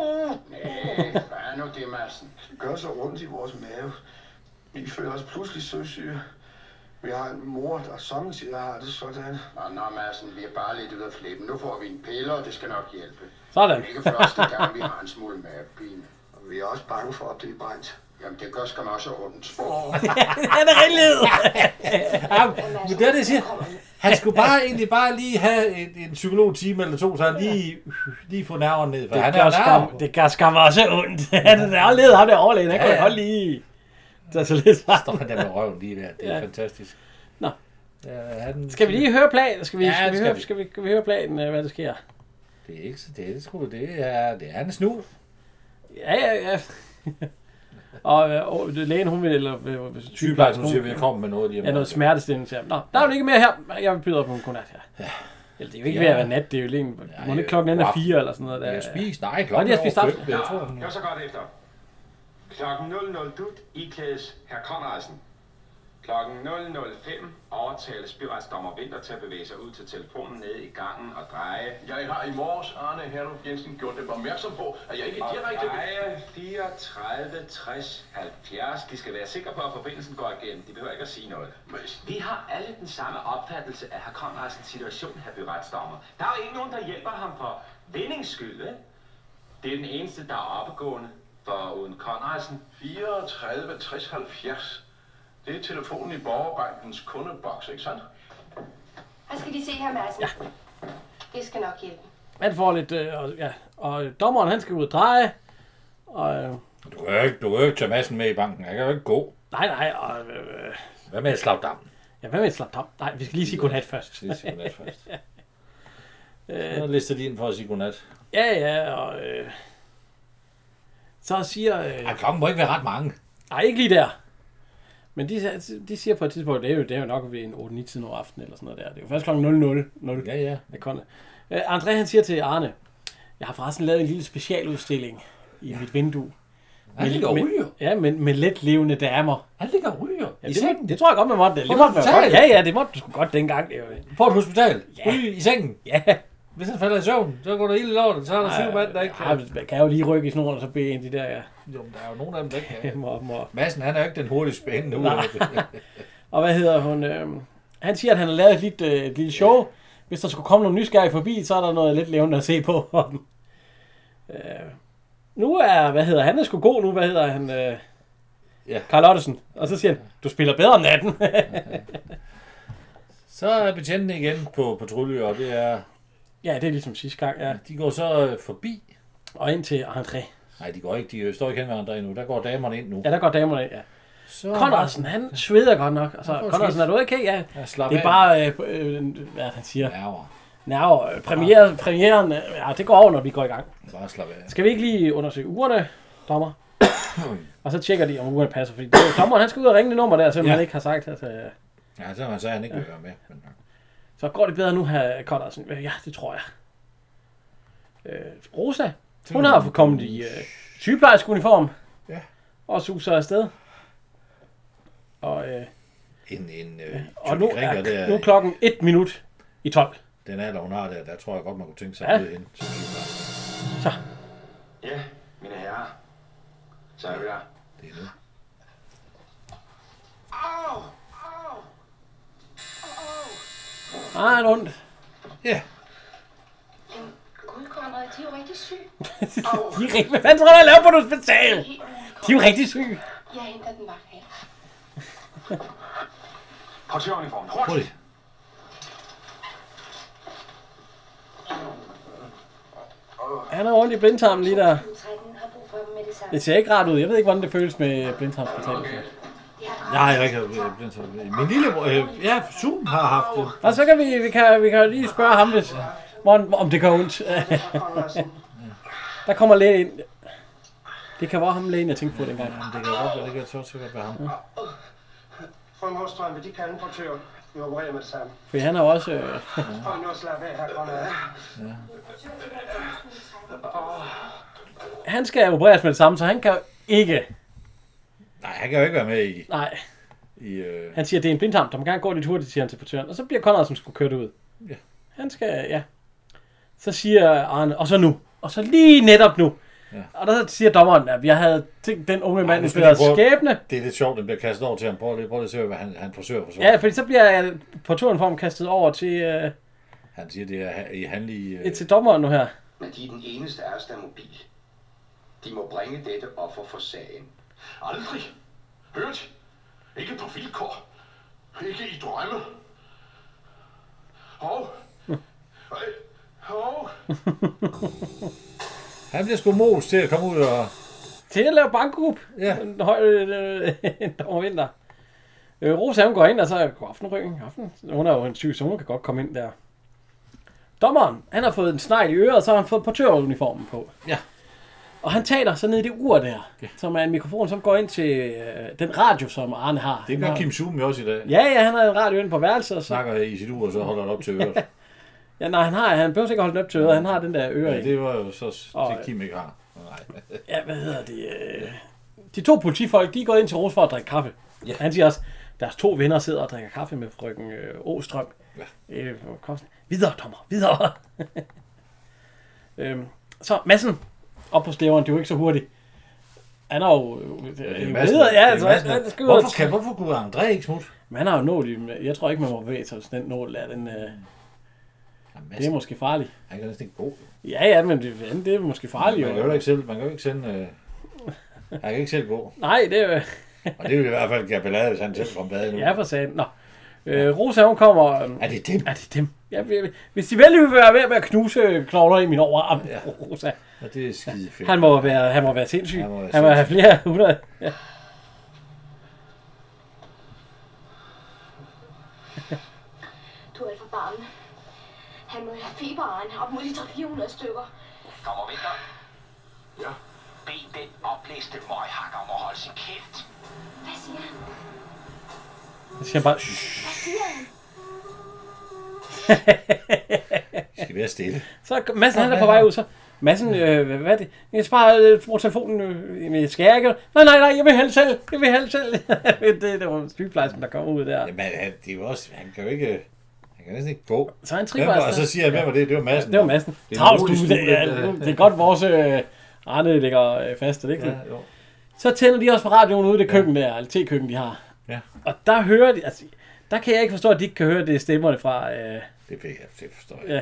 Næh, hvad er nu det, Madsen?
Det gør så ondt i vores mave. Vi føler os pludselig søsyge. Vi har en mor, der sommetider har det sådan.
Nå, nå, Madsen, vi er bare lidt ude af flippen. Nu får vi en pille, og det skal nok hjælpe.
Sådan.
Ikke første gang, vi har en smule mavepine.
Og vi er også bange for at blive brændt.
Jamen, det gør skam også ondt.
Han er renled.
Ja, men det er det, jeg siger. Han skulle bare egentlig bare lige have en, en psykologtime eller to, så han lige, lige få nerverne ned. For
det,
han er
gør
jo
skam,
nerve.
det gør skam også ondt. Han er afledet ham der overlægen. Han
Ja,
kunne
ja.
godt lige tage sig lidt
Står
sammen.
han der med røven lige der. Det er
Ja.
fantastisk.
Nå.
Ja, han,
Skal vi lige høre planen? Skal vi,
Ja,
ja, skal
det
vi,
skal
høre,
vi.
skal vi, skal vi høre planen, øh, hvad der sker?
Det er ikke så det, er sgu, det er, det er en snu.
Ja, ja, ja. og, øh, og lægen, hun vil, eller øh,
Sygeplejersken hun siger, vi kommer med noget lige om
Ja, noget
lidt.
smertestilling til ham. Nå, der er jo ikke mere her. Jeg byder på en godnat her. Ja. Eller det er jo ikke
Ja.
ved at være nat, det er jo lige en...
Ja,
Må det
øh,
ikke klokken den er
god aften.
fire eller sådan noget der?
Vi har spist. Nej,
Nå,
klokken
de har spist
er over
aften.
fem. Jeg tror, hun-
Hør så godt efter. Klokken 00 dut iklædes herr Konradsen. Klokken 00.05 overtales byretsdommer Vinter til at bevæge sig ud til telefonen nede i gangen og dreje.
Jeg har i morges, Arne Herluf Jensen, gjort dem opmærksom på, at jeg ikke
Og
direkte...
dreje 34, 60, 70. De skal være sikre på, at forbindelsen går igennem. De behøver ikke at sige noget. Vi har alle den samme opfattelse af herr Konradsens altså situation, herr byretsdommer. Der er jo ikke nogen, der hjælper ham for vindings skyld, vel? Det er den eneste, der er oppegående. For uden Konradsen
34 60 70. Det er telefonen i Borgerbankens kundeboks, ikke sandt?
Hvad skal de se her, Madsen? Ja. Det skal nok hjælpe.
Man får lidt... Øh, og, ja, og øh, dommeren, han skal ud og dreje. Og, øh,
Du kan jo ikke, du kan jo ikke tage massen med i banken. Jeg kan jo ikke gå.
nej, nej, og... Øh, øh,
Hvad med at slappe dammen?
ja, hvad med et slapt ham? Nej, vi skal lige sige godnat først.
Lige sige godnat først. Så lister de ind for at sige godnat.
Ja, ja, og... Øh, så siger... Øh,
Ja, klokken må ikke være ret mange.
nej, ikke lige der. Men de, de siger på et tidspunkt, det er jo, det er jo nok ved en 8-9 tiden over aftenen eller sådan noget der. Det er jo først klokken 00. 00.
Ja, ja.
af Conrad. Øh, André han siger til Arne, jeg har forresten lavet en lille specialudstilling i mit vindue.
Han ligger og ryger.
med, ja, men med let levende damer.
Han ligger og ryger.
Ja,
I
det,
sengen.
må, det, tror jeg godt, man måtte. Det,
På
det måtte man
hospitalet?
godt. Ja, ja, det måtte du sgu godt dengang. Det er jo,
På et hospital. Ryge i sengen.
ja,
Hvis han falder i søvn, så går der ild i lortet. Så er der syv mand, der ikke
ja,
kan.
man kan jo lige rykke i snoren og så bede en af de der,
Jo, men der er jo nogen af dem, der ikke
ja,
kan.
må, må.
Madsen, han er jo ikke den hurtigste spændende ud af
Nej.
det.
Og hvad hedder hun? øhm, han siger, at han har lavet et lille, øh, et lille show. Hvis der skulle komme nogle nysgerrige forbi, så er der noget lidt levende at se på. øh, nu er, hvad hedder han, er sgu god nu, hvad hedder han? Øh,
Ja.
Carl Ottesen. Og så siger han, du spiller bedre om natten.
Så er betjenten igen på patrulje, og det er...
ja, det er ligesom sidste gang, ja.
De går så øh, forbi.
Og ind til André.
Nej, de går ikke. De øh, står ikke hen ved andre endnu. Der går damerne ind nu.
Ja, der går damerne ind, ja.
Så
Conradsen, han sveder godt nok.
Han
Altså,
får
Conradsen, er
skidt.
du okay? Ja.
Ja, slap
Det er
af.
bare, øh, øh, hvad er det, han siger,
Nerver.
nerver, øh, premiere, premieren, øh, ja, det går over, når vi går i gang.
Bare slap af.
Skal vi ikke lige undersøge ugerne, dommer? og så tjekker de, om ugerne passer, fordi det, dommeren han skal ud og ringe det nummer der, som ja.
Ja.
han ikke har sagt. Altså, øh,
Ja, så man sagde, han ikke vil være med. Men,
så går det bedre nu, her Conradsen. Øh, Ja, det tror jeg. Øh, Rosa, hun har kommet i øh, sygeplejerskeuniform.
Ja.
Og suser afsted. Og, øh,
en, en øh,
og nu,
er,
er,
der,
nu er klokken 1 minut i 12.
den alder, hun har der, der tror jeg godt, man kunne tænke sig
Ja.
at byde ind. til sygeplejerske.
Ja, mine herrer. Så er vi der.
Det er nu.
Ah, en ondt.
Ja,
Men Gud, Konrad, de er jo rigtig syg.
De er rigtig... Hvad fanden tror du, jeg laver på et hospital?
Helt vildt,
De er jo rigtig syge.
Konrad. Jeg henter den vagt her.
Portøruniformen,
prøv
hurtigt.
det.
Han har ondt i blindtarmen lige der.
13 har brug for dem med det samme.
Det ser ikke rart ud. Jeg ved ikke, hvordan det føles med blindtarmsbetændelse.
Jeg har
Nej, jeg ikke øh, blevet så... Min lillebror... Øh, ja, Zoom har haft det.
Og så kan vi, vi, kan, vi kan lige spørge ham, hvis, om, om det gør ondt.
Herr Konradsen,
der kommer lægen ind. Det kan være ham lægen, jeg tænkte på dengang.
Men det kan godt være, det kan så sikkert være ham.
Få en hårstrøm, vil de kalde en portør? Vi opererer med det samme.
For han er jo også... Øh,
Og nu slap af, herr Konrad.
han skal opereres med det samme, så han kan jo ikke...
Nej, han kan jo ikke være med i...
Nej,
i øh,
han siger, det er en blindtarm. Der må gerne gå lidt hurtigt, siger han til portøren. Og så bliver Conrad, som skulle køre det ud.
Ja.
Han skal... Ja. Så siger Arne, og så nu. Og så lige netop nu.
Ja.
Og der siger dommeren, at jeg havde tænkt den unge mand,
nu
der
skal vi prøve-
skæbne.
det er lidt sjovt, den bliver kastet over til ham. Prøv lige, prøv lige at se, hvad han, han forsøger at forsvare.
Ja, fordi så bliver øh, portørenform kastet over til, øh,
Han siger, det er ha- i han lige... Øh,
øh, til dommeren nu her.
Men de er den eneste af os, der er mobil. De må bringe dette offer for sagen.
Aldrig. Hørt? Ikke på vilkår. Ikke i drømme. Hov. Øj, Hov.
Han bliver sgu mos til at komme ud og...
Til at lave bankgruppe.
Ja.
En høj øh, en over vinter. Øh, Rosa, hun går ind, og så går aften, Røgen. Aften. Hun er jo en syg, så hun kan godt komme ind der. Dommeren, han har fået en snegl i øret, og så har han fået portøruniformen på.
Ja.
Og han taler så ned i det ur der, ja. som er en mikrofon, som går ind til øh, den radio, som Arne har.
Det
Han
gør
har-
Kim Zoom jo også i dag. Ja.
Ja, ja, han har en radio inde på værelset, og så...
Snakker i sit ur, og så holder han op til øret.
Ja, nej, han har, han behøver ikke holde den op til øret, han har den der øre ja,
Ja,
det...
det var jo så
Og-
det Kim ikke har. Nej.
ja, hvad hedder det? Øh... De to politifolk, de er gået ind til Rose for at drikke kaffe. Ja. Han siger også, deres to venner sidder og drikker kaffe med frøken øh, Åstrøm. Ja. Øh, og Kofsen. videre, dommer, videre. øhm, så Massen op på stæveren, det er jo ikke så hurtigt. Han er jo... Øh, det, det er jo videre, ja, altså, han, han skal ud og-
hvorfor, kan, hvorfor kunne André ikke smutte?
Men han har jo nål i... Jeg tror ikke, man må bevæge sig, hvis den nål er den... Øh,
Jamen,
det er
Madsen,
måske farligt.
han kan næsten ikke gå.
Ja, ja, men det, det er måske farligt.
Man kan jo ikke selv, man kan jo ikke sende... Øh, han kan ikke selv gå.
Nej, det er jo...
Og det ville i hvert fald gøre ballade, hvis han selv kom bad nu.
Ja, for satan. Nå. Øh, Rosa, hun kommer... øhm,
Er det dem?
Er det dem? Ja, vi- hvis de vel vil være ved med at knuse knogler i min overarm, ja. Rosa.
Ja, det er skide fedt.
Han må være, han må være sindssyg.
Han må være
Han må have flere hundrede. Ja.
Du er alt for barmen. Han må have feberen op mod de 300 stykker.
Kommer vinter.
Ja.
Bed den oplæste møghakker om at holde sin kæft.
Hvad siger han?
Så siger han bare... "Shh."
Hvad siger han?
De skal være stille.
Så er Madsen, han er på vej ud, så... Madsen, øh, hvad- hvad er det? Jeg skal bare øh, bruge telefonen. Øh, men skal jeg ikke? Nej, nej, nej, jeg vil helst selv. Jeg vil helst selv. det, det var sygeplejersken, der kommer ud der.
Jamen, han, det er jo også, han kan jo ikke... Han kan næsten ikke gå.
Så er han
Hvem
tripper
var, og så siger jeg, hvem var det? Det var Madsen.
altså. Det var Madsen.
Det er en
Travlt, du.
rolig
Det,
stue,
ja,
den der.
det, det er godt, vores øh, Arne ligger øh, fast, er det ikke
Ja,
det?
jo.
Så tænder de også på radioen ude i det køkken der, eller te-køkken, de har.
Ja.
Og der hører de, altså, der kan jeg ikke forstå, at de ikke kan høre det er stemmerne fra... Øh,
Det, ved jeg, det forstår jeg.
ja.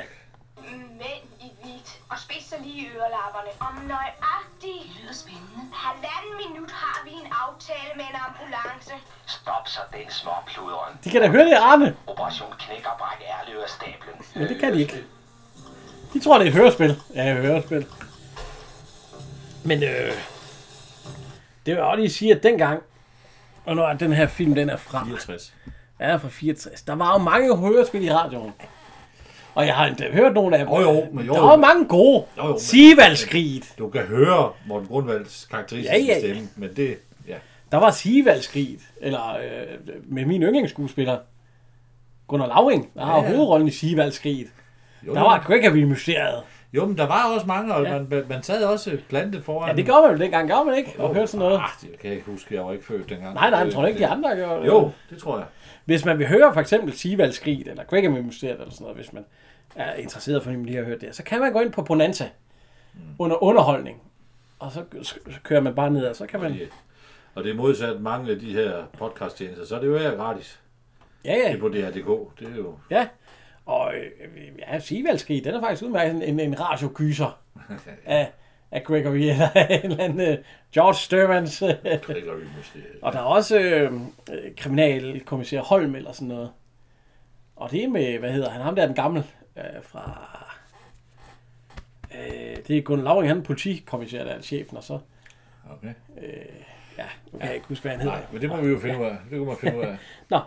Mænd i hvidt og spidser lige ørelapperne. Om nøjagtigt
lyder spændende.
halvanden minut har vi en aftale med en ambulance.
Stop så den småpluderen.
De kan da høre det er Arne.
Operation knæk og bræk ærløb af stablen.
Men det kan de ikke. De tror, det er et hørespil. Ja, et hørespil. Men øh, det vil jeg også lige sige, at dengang, og når den her film den er fra,
64.
Ja, fra 64. Der var jo mange hørespil i radioen. Og jeg har endda hørt nogle af dem.
Jo, jo, men jo.
Der var mange gode.
Jo, jo, men-
Sivalskriget.
Du kan høre Morten Grundvalds karakteristiske
Ja, ja, ja.
stemme, men det... Ja.
Der var Sivalskriget. Eller øh, med min yndlingsskuespiller. Gunnar Lauring. Der har ja,
Ja,
ja.
ja.
hovedrollen i Sivalskriget.
Jo,
Der var Gregory Mysteriet.
jo, men der var også mange, og man, man- man sad også plantet foran.
Ja, det gør man jo dengang. Gør man ikke? Og hørte sådan noget.
Ah, det kan jeg ikke huske. Jeg var ikke født dengang.
Nej, nej, men
Det-
tror du ikke, de andre gjorde det?
Jo, det tror jeg.
Hvis man vil høre for eksempel Sivalskriget, eller Gregory Mysteriet, eller sådan noget, hvis man er interesseret for, at lige har hørt det, så kan man gå ind på Bonanza under underholdning. Og så så kører man bare ned, og så kan man...
Fordi- Og det er modsat mange af de her podcasttjenester, så er det jo her gratis.
Ja,
Det
ja,
er på DR.dk. Det er jo...
ja. Og øh, ja, Sivalskriget, den er faktisk udmærket sådan en, en radiogyser af, af Gregory, eller en eller anden øh, George Sturmans. øh.
Det gør vi måske.
og der er også øh, øh, kriminalkommissær Holm, eller sådan noget. Og det er med, hvad hedder han, ham der er den gamle øh, fra... Øh, det er Gunnar Lauring, han er politikommissær, der er chefen, og så...
Okay.
Ja, nu kan jeg ikke huske, hvad han hedder.
Nej, men det må vi jo finde ud af. Det kan man finde ud af.
Nå.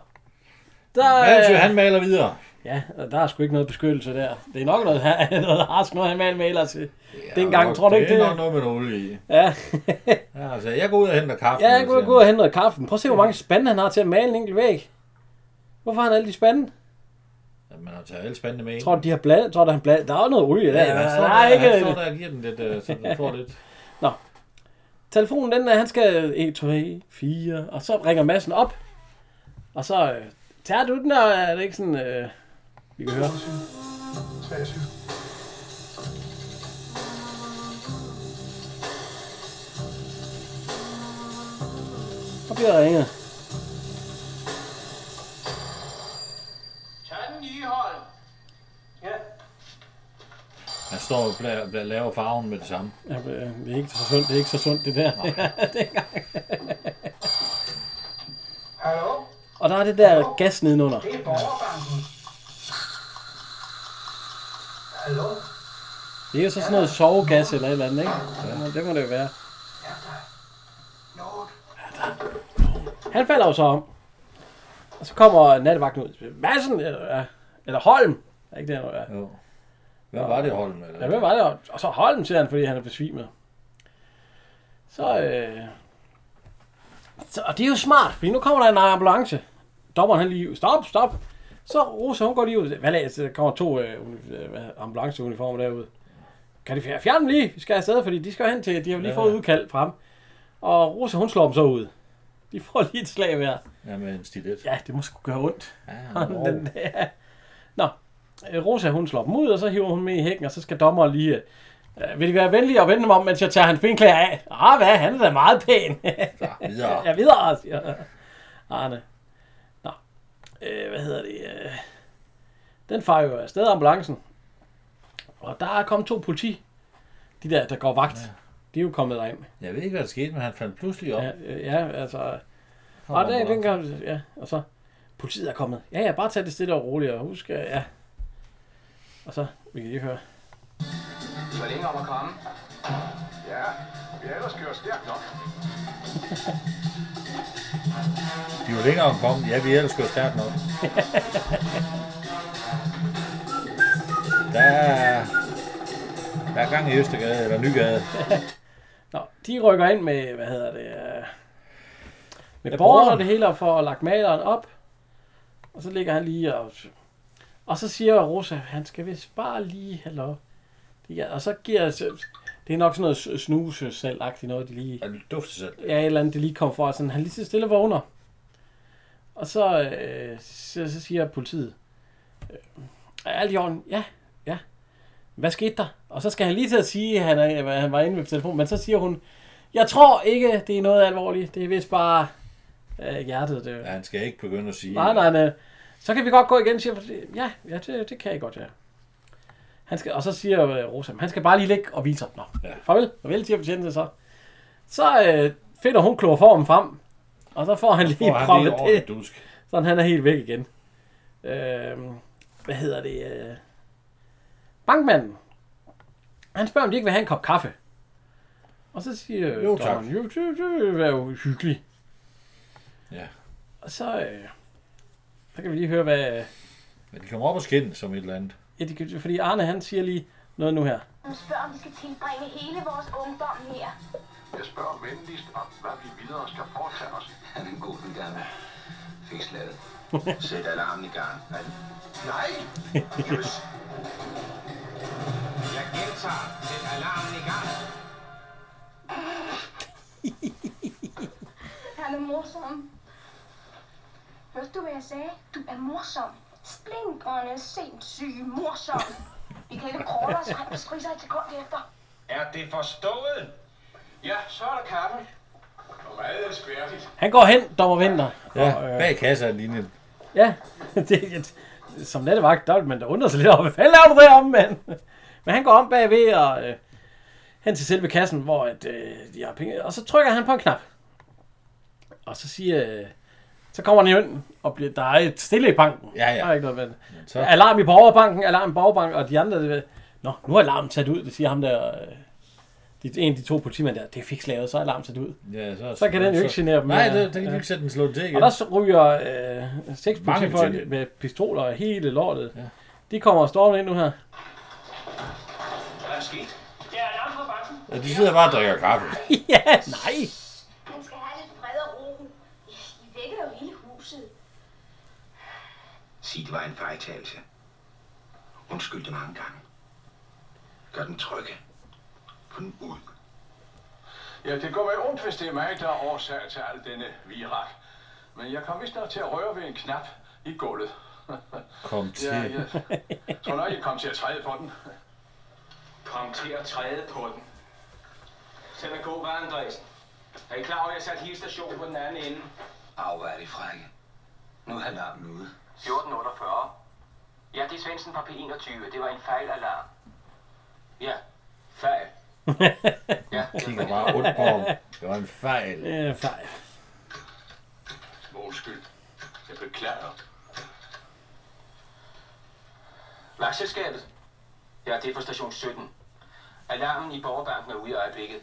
Der,
Malsø, han maler videre.
Ja, og der er sgu ikke noget beskyttelse der. Det er nok noget, noget harsk noget, han maler med ellers.
Ja,
Dengang,
nok-
tror du ikke
det? er
det?
nok noget med noget olie i.
Ja,
Ja, altså, jeg går ud og henter kaffe. altså.
ja jeg kunne
siger
gå ud og hente noget kaffe. Men Prøv at se, hvor mange spande han har til at male en enkelt væg. Hvorfor har han alle de spande?
han. Ja, man har taget alle spændende med ind.
Jeg tror, de har blad. Tror, der, han blad. der er jo noget olie der.
ja, han står,
der er
der, han står
ikke...
der og giver den lidt, øh, så den får lidt.
Telefonen, den er, han skal 1, 2, 4, og så ringer massen op. Og så øh, tager du den, og er det ikke sådan... Øh, vi kan høre.
23.
Så bliver der ringet.
Tag den lige, hold. Ja.
Han står og bla, bla, laver farven med det samme.
Ja, øh, det er ikke så sundt, det er ikke så sundt, det der. Og der er det der gas nedenunder.
Det er borgerbanken. Hallo?
Det er jo så sådan noget sovegas eller et eller andet, ikke? Ja, det må det jo være. Han falder jo så om. Og så kommer nattevagten ud. Madsen, eller, eller Holm. Er ikke det, han er?
Jo. Hvad var det, Holm? Eller?
Ja, hvem var det? Og så Holm, siger han, fordi han er besvimet. Så, øh... så, og det er jo smart, fordi nu kommer der en ambulance. Dommeren han lige, stop, stop. Så Rosa, hun går lige ud. Hvad lader, der kommer to øh, uni- øh, hvad hedder- ambulanceuniformer derude. Kan de fjerne, fjerne dem lige? Vi skal afsted, fordi de skal hen til, de har jo lige
Ja.
fået udkald fra ham. Og Rosa, hun slår dem så ud. De får lige et slag hver.
Ja, med en stilet.
Ja, det må sgu gøre ondt.
Ja,
Sådan
wow.
den der. Nå, øh, Rosa hun slår dem ud, og så hiver hun med i hækken, og så skal dommeren lige... Øh, vil de være venlige og vende dem om, mens jeg tager hans benklæder af? Ah, hvad? Han er da meget pæn.
Så, videre.
jeg videre, siger Arne. Nå, øh, hvad hedder det? Øh, den farer jo afsted af ambulancen. Og der er kommet to politi. De der, der går vagt. Ja. De er jo kommet derind.
Jeg ved ikke, hvad der skete, men han fandt pludselig op.
Ja, øh, ja altså...
Kom,
Og der, den
ambulance.
gang, ja, og så, politiet er kommet. Ja, ja, bare tag det stille og roligt, og husk, øh, ja. Og så, vi kan lige høre.
I var længe om at komme.
Ja, vi har ellers kørt stærkt nok.
De var længere om at komme. Ja, vi ellers skulle stærkt nok. der er... Der er gang i Østergade, eller Nygade.
Nå, de rykker ind med, hvad hedder det, øh, med
Ja,
ja, borgeren
borgeren.
og det hele, og får lagt maleren op. Og så ligger han lige og... Og så siger Rosa, han skal vist bare lige have lov. Det er- Og så giver... Det er nok sådan noget snuse selv noget, de lige...
Og det dufter selv.
ja, et eller andet, det lige kom fra, sådan han lige så stille vågner. Og så, øh, så, så siger politiet, øh, er alt i orden? Ja, ja. Hvad skete der? Og så skal han lige til at sige, at han, er, hvad han var inde ved telefonen, men så siger hun, jeg tror ikke, det er noget alvorligt. Det er vist bare øh, hjertet. Det.
Ja, han skal ikke begynde at sige...
Nej, nej, nej. Så kan vi godt gå igen, siger jeg. Ja, ja det, det kan jeg godt, ja. Han skal, og så siger øh, Rosa, han skal bare lige ligge og hvile sig. Nå,
Ja.
ja. farvel, farvel, siger patienten så. Så øh, finder hun kloroformen frem, og så får han lige
Får han lige
proppet
over
det,
en dusk.
sådan han er helt væk igen. Øh, hvad hedder det? Øh, bankmanden. Han spørger, om de ikke vil have en kop kaffe. Og så siger øh,
Jo, tak.
dommeren, jo, det, det vil være jo hyggeligt.
Ja.
Og så, øh, så kan vi lige høre, hvad... Øh,
Men de kommer op og skinner som et eller andet.
Ja, de kan, fordi Arne han siger lige noget nu her.
Hun spørger, om vi skal tilbringe hele vores ungdom her.
Jeg spørger venligst om, hvad vi videre skal foretage os.
Han er en god, den gamle. Fik slaget. Sæt alarmen i gang. Nej. Nej! Yes. Jeg gentager. Sæt alarmen i gang.
Han er morsom. Hørte du, hvad jeg sagde? Du er morsom. Splingrende, sindssyg, morsom. Vi kan ikke kråle os frem og stryge sig et sekund efter.
Er det forstået?
Ja, så er der kaffe. Og meget elskværdigt.
Han går hen, dommer vinter.
Ja,
Og, øh,
bag kassen er linjen.
ja. det, er et, som nattevagt, der vil man da undre sig lidt over, hvad fanden laver du deromme, mand? Men han går om bagved og øh, hen til selve kassen, hvor at, øh, de har penge. Og så trykker han på en knap. Og så siger... Øh, så kommer han i ønden, og bliver, der er et stille i banken.
Ja, ja.
Der er ikke noget med det.
Så,
Alarm i borgerbanken, alarm i borgerbanken, og de andre... Det, Nå, nu er alarmen sat ud, det siger ham der... Øh, de, en af de to politimænd der, det fik slaget, så er alarmen sat ud.
ja, så,
så kan den jo ikke genere dem
Nej,
mere.
det, der kan de
Ja.
ikke sætte den slået til igen.
Og der ryger øh, seks
Mange
politifolk
betjente.
med pistoler og hele lortet.
Ja.
Ja. De kommer og stormer ind nu her.
Hvad er sket?
Det er alarm fra banken.
Ja, de sidder bare og drikker kaffe.
ja, nej.
Han skal have lidt fred og ro. I vækker jo hele huset.
Sig, det var en fejltagelse. Undskyld det mange gange. Gør den trygge. Få den ud.
Ja, det går mig ondt, hvis det er mig, der er årsag til al denne virak. Men jeg kom vist nok til at røre ved en knap i gulvet.
Kom til.
ja, jeg tror nok, jeg kom til at træde på den.
Kom til at træde på den. Send at gå, var Andresen. Er I klar over, at jeg satte hele stationen på den anden ende?
Au, hvor er det frække. Nu er alarmen ude.
1448. Ja, det er Svendsen fra P21. Det var en fejlalarm. Ja, fejl. ja,
Jeg kigger bare ondt på ham. Det var en fejl.
Øh, fejl.
Undskyld. Jeg Klatter. Vagtselskabet? Ja, det er på station 17. Alarmen i borgerbanken er ude i øjeblikket.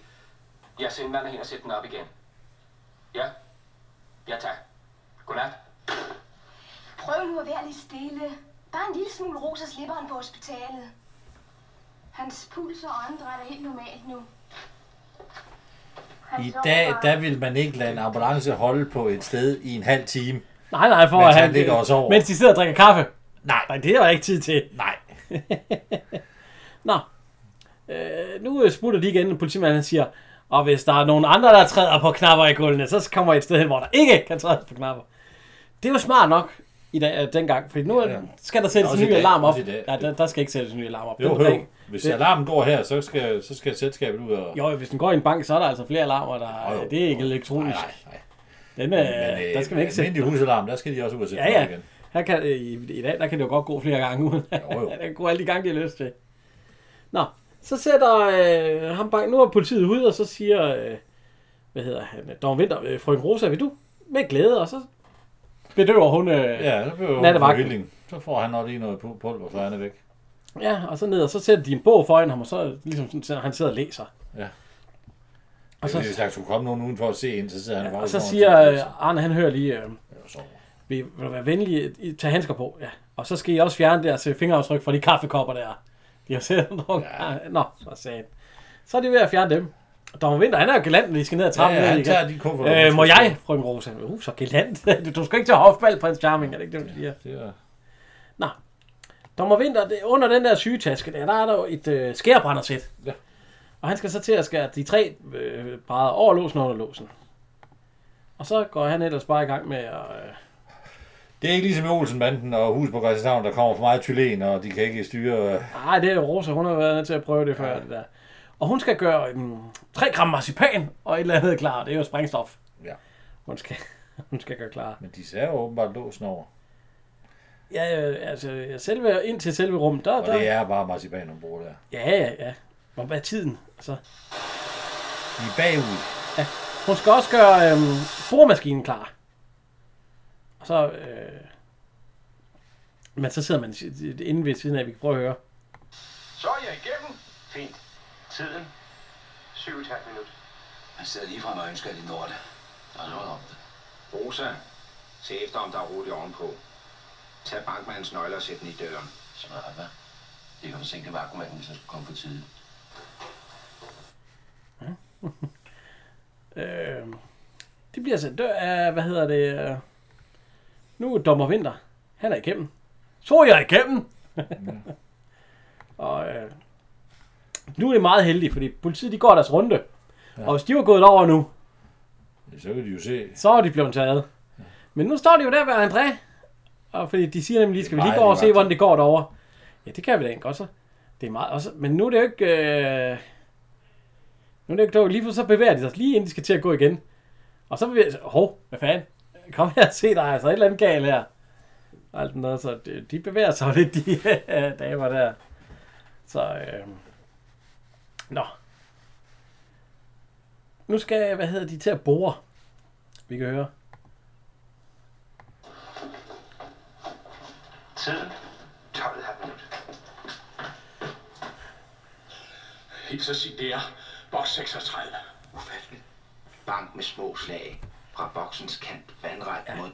Jeg sender manden hen og sætter den op igen. Ja? Ja, tak. Godnat.
Prøv nu at være lidt stille. Bare en lille smule ro, så slipper han på hospitalet. Hans puls og åndedræt er helt normalt nu. Han
I
sover
dag,
bare.
der vil man ikke lade en ambulance holde på et sted i en halv time.
Nej, nej, for
Mens
at
han
han...
ligger og sover.
Mens de sidder og drikker kaffe.
Nej.
Nej, det er der ikke tid til.
Nej.
Nå. Øh, nu øh, smutter de igen, politimanden han siger, og hvis der er nogen andre, der træder på knapper i gulvene, så kommer I et sted hen, hvor der ikke kan trædes på knapper. Det er jo smart nok i dag, øh, dengang, for nu
Ja.
ja. skal der sættes en
Også i
ny
dag,
alarm op.
også i dag.
Ja, der, der, skal ikke sættes en ny alarm op.
Jo,
Den er
jo.
ikke-
Hvis
det-
alarmen går her, så skal, så skal selskabet ud og...
Jo, hvis den går i en bank, så er der altså flere alarmer, der
Jo, jo.
det er ikke
Nej,
elektronisk.
nej, nej.
Den, øh,
Men, øh,
der skal man ikke sætte.
Almindelig husalarm, der skal de også ud og sætte
Ja,
den
ja.
igen.
Her kan, øh, i, I dag der kan det jo godt gå flere gange uden.
Jo, jo.
der kan gå alle de gange, de har lyst til. Nå, så sætter øh, ham bank, nu er politiet ud, og så siger, øh, hvad hedder han, øh, Dom Vinter, øh, frøken Rosa, vil du med glæde, og så bedøver hun, øh, ja.
Ja, så bliver jo
Nattevagten.
hylling. Så får han nok lige noget pu- pulver, så han er væk.
ja, og så ned, og så sætter de en bog foran ham, og så ligesom sådan, så han sidder og læser.
Ja.
Og så,
Hvis der skulle komme nogen udenfor at se ind, så sidder han bare
og så
udenfor
siger
og
øh, Arne, han hører lige, øh,
sover.
vil, vil du være venlig, I- tag handsker på, ja. Og så skal I også fjerne deres øh, fingeraftryk fra de kaffekopper der. De har siddet nogle ja. Nå, så sagde han. Så er de ved at fjerne dem. Og Dommer Vinter, han er jo galant, når de skal ned og
Ja,
trappen
ja,
ned
han
igen.
tager de kufferter.
Øh, må jeg, frøken Rosa? Uh, så galant. Du- Du skal ikke til hofbal, prins Charming, er det ikke det, du siger?
Det er,
Dommer Vinter, det, under den der sygetaske der, der er der jo et øh, skærebrændersæt.
Ja.
Og han skal så til at skære de tre øh, brædder over låsen og under låsen. Og så går han ellers bare i gang med at... Øh,
det er ikke ligesom i Olsenbanden og hus på Christianshavn, der kommer for meget tylen, og de kan ikke styre... øh,
Nej, Ah, det er Rosa, hun har været nødt til at prøve det før, det der. Og hun skal gøre um, 3 gram marcipan og et eller andet klar. Det er jo sprængstof.
Ja.
Hun skal, hun skal gøre klar.
Men de sager jo åbenbart låsen over.
Ja, øh, altså selve, ind til selve rummet, der,
Og
der
det er bare marcipan, hun bruger der.
Ja, ja, ja. Og hvad er tiden? Altså,
De er bagud.
hun skal også gøre øhm, boremaskinen klar. Og så... Øh, men så sidder man inde ved siden af, vi kan prøve at høre.
Så er jeg igennem.
Fint. Tiden?
7,5 minutter.
Han sidder lige frem og ønsker, at de når det. Der er noget om det.
Rosa, se efter, om der er roligt ovenpå. Tag bankmandens nøgler og sæt den i døren.
Smart, hvad? Det kan forsinke vagtmanden, hvis han skulle komme på tiden.
Øh, de bliver sendt dør af, hvad hedder det? Øh, nu er dommer Vinter. Han er igennem. Så jeg er igennem! og øh, nu er det meget heldigt, fordi politiet de går deres runde. Ja. Og hvis de var gået over nu,
Så kan de jo se.
så er de blevet taget. Men nu står de jo der ved André. Og fordi de siger nemlig lige, skal vi
Det er
lige gå
meget
over og se,
livagtigt.
hvordan det går derovre. Ja, det kan vi da egentlig godt så. Det er meget også, men nu er det jo ikke... Øh, nu er det jo ikke klogt. Lige for så bevæger de sig lige inden de skal til at gå igen. Og så bevæger de sig. Hov, hvad fanden? Kom her og se, der er altså et eller andet galt her. Og alt sådan noget, så de, de bevæger sig jo lidt, de øh, damer der. Så, øh, Nå. Nu skal, hvad hedder de, til at bore. Vi kan høre.
Tiden?
12,5 minutter. Hils og sig, det er boks 36.
Ufatteligt. Bank med små slag fra boksens kant vandret ja. mod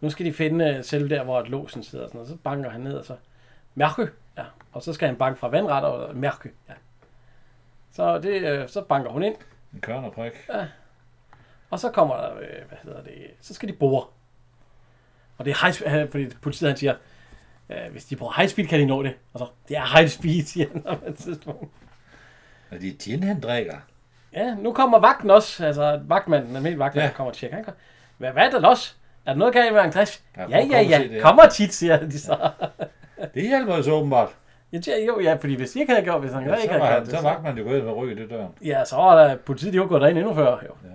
Nu skal de finde uh, selv der, hvor et låsen sidder og sådan noget. Så banker han ned og så... Mærke! Ja. Og så skal han banke fra vandret og øh, mærke. Ja. Så, det, øh, så banker hun ind,
En kørnerprik.
og så kommer der, øh, hvad hedder det, så skal de bore. Og det er high speed, fordi politiet han siger, øh, hvis de bruger high speed, kan de nå det. Og så, det er high speed, siger han på et tidspunkt.
Og det er gin, han drikker.
Ja, nu kommer vagten også. Altså, vagtmanden, den almindelige vagtmand,
Ja.
ja. kommer og tjekker. Han kommer, hvad, hvad er der los? Er der noget galt med Andreas?
Ja,
Ja,
kom-
ja, ja.
kom og se det her."
ja. Kommer tit, siger de så.
Det hjælper jo så åbenbart.
Jeg siger, jo, ja, fordi hvis de ikke havde gjort, hvis han
Ja,
ja, ikke
så,
havde
var
gjort
han,
det,
så vagt man jo gået med rykket i døren.
Ja, så var der politiet, de var gået derind endnu før, jo.
Ja.
Ja.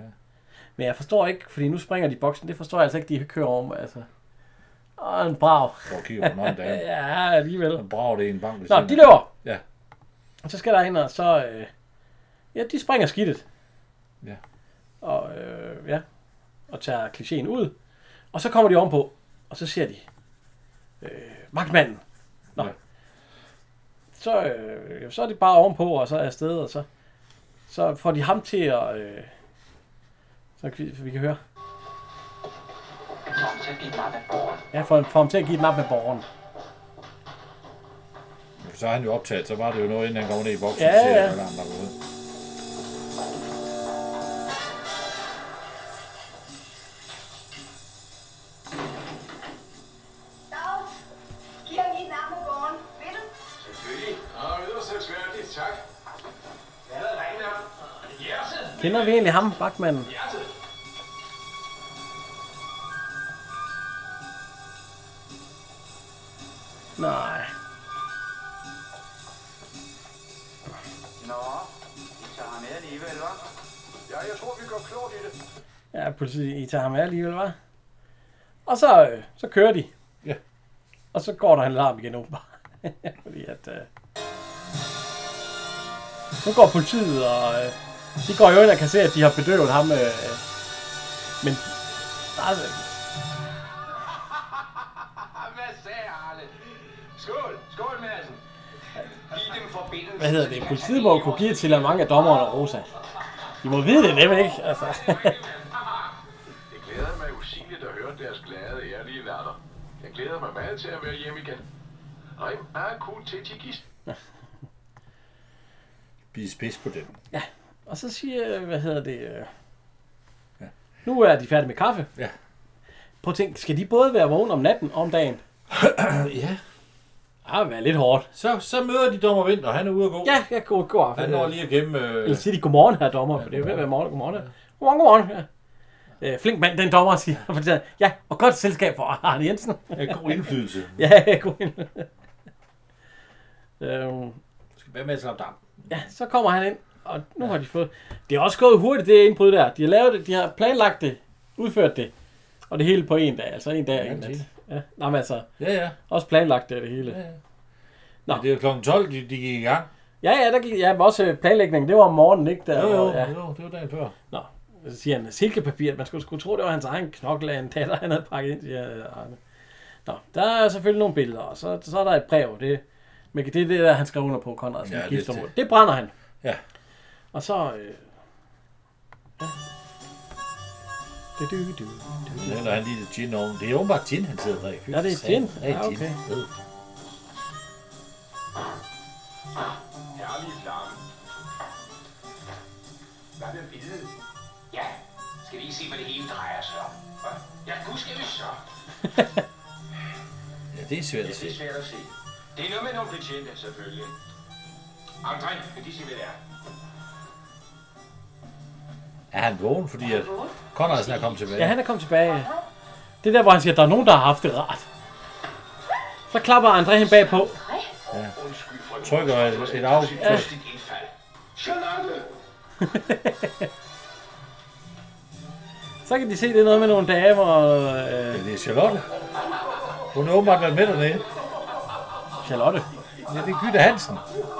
Men jeg forstår ikke, fordi nu springer de i boksen, det forstår jeg altså ikke, de kører om, altså. Åh, en brav.
For at kigge på nogen dame.
Ja, alligevel.
Så brager det i en bank. ved
Nå,
siden
de
af.
løber.
Ja.
Og så skal der ind, og så... Øh, ja, de springer skidtet.
Ja.
Og, øh, ja, og tager klichéen ud. Og så kommer de ovenpå. Og så siger de, øh, magtmanden. Nå.
Ja.
Så, øh, jo, så er det bare ovenpå, og så er afsted, og så, så får de ham til at... Øh, så kan vi, vi kan høre.
Kom, så giv mig med bordet.
Ja, får, får ham til at give den op med borgeren.
Så er han jo optaget, så var det jo noget, inden han kom ned i boksen.
Ja,
så siger
ja.
jeg, "Hvad er han derude?"
Dag, giv ham lige en arm på gården. Vil du?
Selvfølgelig. Og yderst elskværdigt, tak. Hvad er der ringet om? Hjerte!
Kender vi egentlig ham, bagmanden?
Hjerte!
Nej.
Nå, I tager ham med alligevel, hva'?
Ja, jeg tror, vi går klogt i det.
Ja, politiet, I tager ham af alligevel, hva'? Og så, øh, så kører de.
Ja.
Og så går der en alarm igen, åbenbart. Fordi at... Øh... Nu går politiet, og øh, de går jo ind og kan se, at de har bedøvet ham. Øh, men... Altså,
Hvad sagde Arle? Skål! Skål, Madsen! Giv dem forbindelse.
hvad hedder det? Politiet må jo kunne give et til mange af dommeren og Rosa. De må vide det nemlig ikke, altså.
Det glæder mig usigeligt at høre deres glade, ærlige latter. Jeg glæder mig meget til at være hjemme igen. Rim akut til tigist.
Bide spids på den.
Og så siger, hvad hedder det... Øh... Nu er de færdige med kaffe.
Ja.
Prøv at tænk, skal de både være vågne om natten og om dagen?
Ja,
Ah, det er lidt hårdt.
så, så møder de Dommer Vinter, han er ude at gå.
Ja, jeg går, går aften.
Han når lige at gemme... Øh,
Eller siger de godmorgen, her dommer, for det er jo ved at være morgen. Godmorgen, ja. godmorgen, godmorgen. Ja. Øh, flink mand, den dommer, siger han. fordi han- Ja, og godt selskab for Arne Jensen.
en god indflydelse.
ja, god ind. øhm,
Skal være med at slappe dig.
ja, så kommer han ind, og nu har de fået... Det er også gået hurtigt, det indbrud der. De har lavet det, de har planlagt det, udført det. Og det hele på en dag, altså en dag og en
nat.
nat. Ja, nej, men altså,
Ja, ja.
også planlagt det, det hele.
Ja, ja.
Nå.
Men Det er jo klokken 12, de, de gik i gang.
Ja, ja, der gik, ja, men også øh, planlægningen, det var om morgenen, ikke? Der,
Jo, jo,
hvor- ja.
jo, det var dagen før.
Nå, så siger han silkepapir. Man skulle, skulle tro, det var hans egen knokle af en datter, han havde pakket ind, siger øh, Arne. Nå, der er selvfølgelig nogle billeder, og så, så er der et brev. Det, men det er det, der han skrev under på, Konrad, som
Ja,
ja,
det er
gifter
det.
mod. Det brænder han.
Ja.
Og så... Øh, ja. Du, du, du.
Så hælder han lige lidt gin oven. Det er åbenbart gin, han sidder og drikker.
Ja, det er
Fy satan.
gin.
Ja,
Ja, okay.
Øh.
Herlig flamme. Hvad med billedet?
Ja, skal vi ikke se, hvad det hele drejer sig om? hva? Ja, gud skal vi så.
Ja, det er svært
Ja,
at se.
det er svært at se.
Det er noget med nogle betjente, selvfølgelig. André, kan de sige, hvad det er?
Er han vågen, fordi at Conradsen er kommet tilbage?
Ja, han er kommet tilbage. Det er der, hvor han siger, at der er nogen, der har haft det rart. Så klapper André hende bagpå.
Undskyld for
Trykker et, et af.
Ja. Dit indfald. Charlotte!
Så kan de se, det er noget med nogle damer. Og, øh,
Ja, det er Charlotte. Hun har åbenbart været med dernede.
Charlotte.
Ja, det er Gytte Hansen.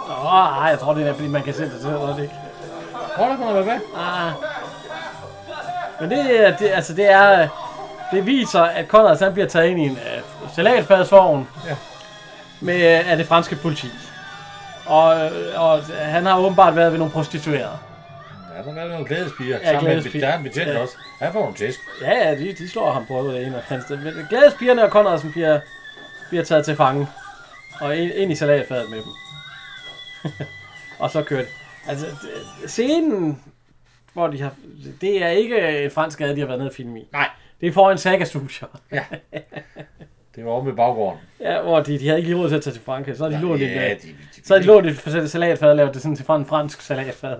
Åh, oh, jeg tror, det er, fordi man kan se det til, eller ikke?
Tror du, hun har været med?
Ah. Men det, er- det, altså, det er... øh, Det viser, at Conrads han bliver taget ind i en uh, salatfadsvogn
Ja.
med, øh, af det franske politi. Og, øh, og han har åbenbart været ved nogle prostituerede.
Ja, der er nogle glædespiger.
Ja,
Ja, Sammen med,
glædespiger.
der er en betjent
Ja.
også. Han får nogle tæsk.
Ja, ja, de, de slår ham på det ene og hans. Men glædespigerne og Conradsen bliver, bliver taget til fange. Og ind, ind i salatfadet med dem. og så kørt. Altså, d- scenen, hvor de har... Det er ikke en fransk gade, de har været nede og filme i.
Nej.
Det er foran Saga Studio.
Det var oppe i baggården.
Ja, hvor de, de havde ikke lige råd til at tage til Frankrig. Så har de lånt
ja,
et,
de,
øh,
de,
så har de lånt et for- salatfad og lavet det sådan til fra en fransk salatfad.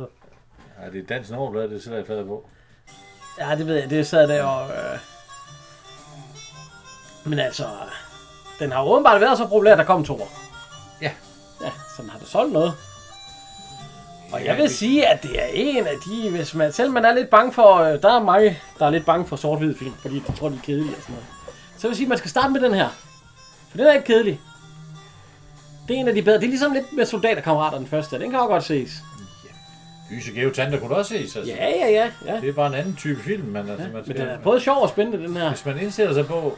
Ja, det er dansk overblad, det sætter jeg fader på.
Ja, det ved jeg. Det sad der og... Øh... Men altså... Den har åbenbart været så populær, at der kom to år.
Ja.
Ja, så den har da solgt noget. Og
Ja,
jeg vil
det-
sige, at det er en af de, hvis man, selv man er lidt bange for, øh, der er mange, der er lidt bange for sort-hvid film, fordi de tror, de er kedelige og sådan noget. Så jeg vil sige, at man skal starte med den her. For den er ikke kedelig. Det er en af de bedre. Det er ligesom lidt med soldaterkammerater den første. Den kan jo godt ses.
Lyse Geo Tanter kunne du også ses. Altså.
Ja, ja, ja. ja.
Det er bare en anden type film, men altså, man
Men den er
skal,
både sjov og spændende, den her.
hvis man indstiller sig på,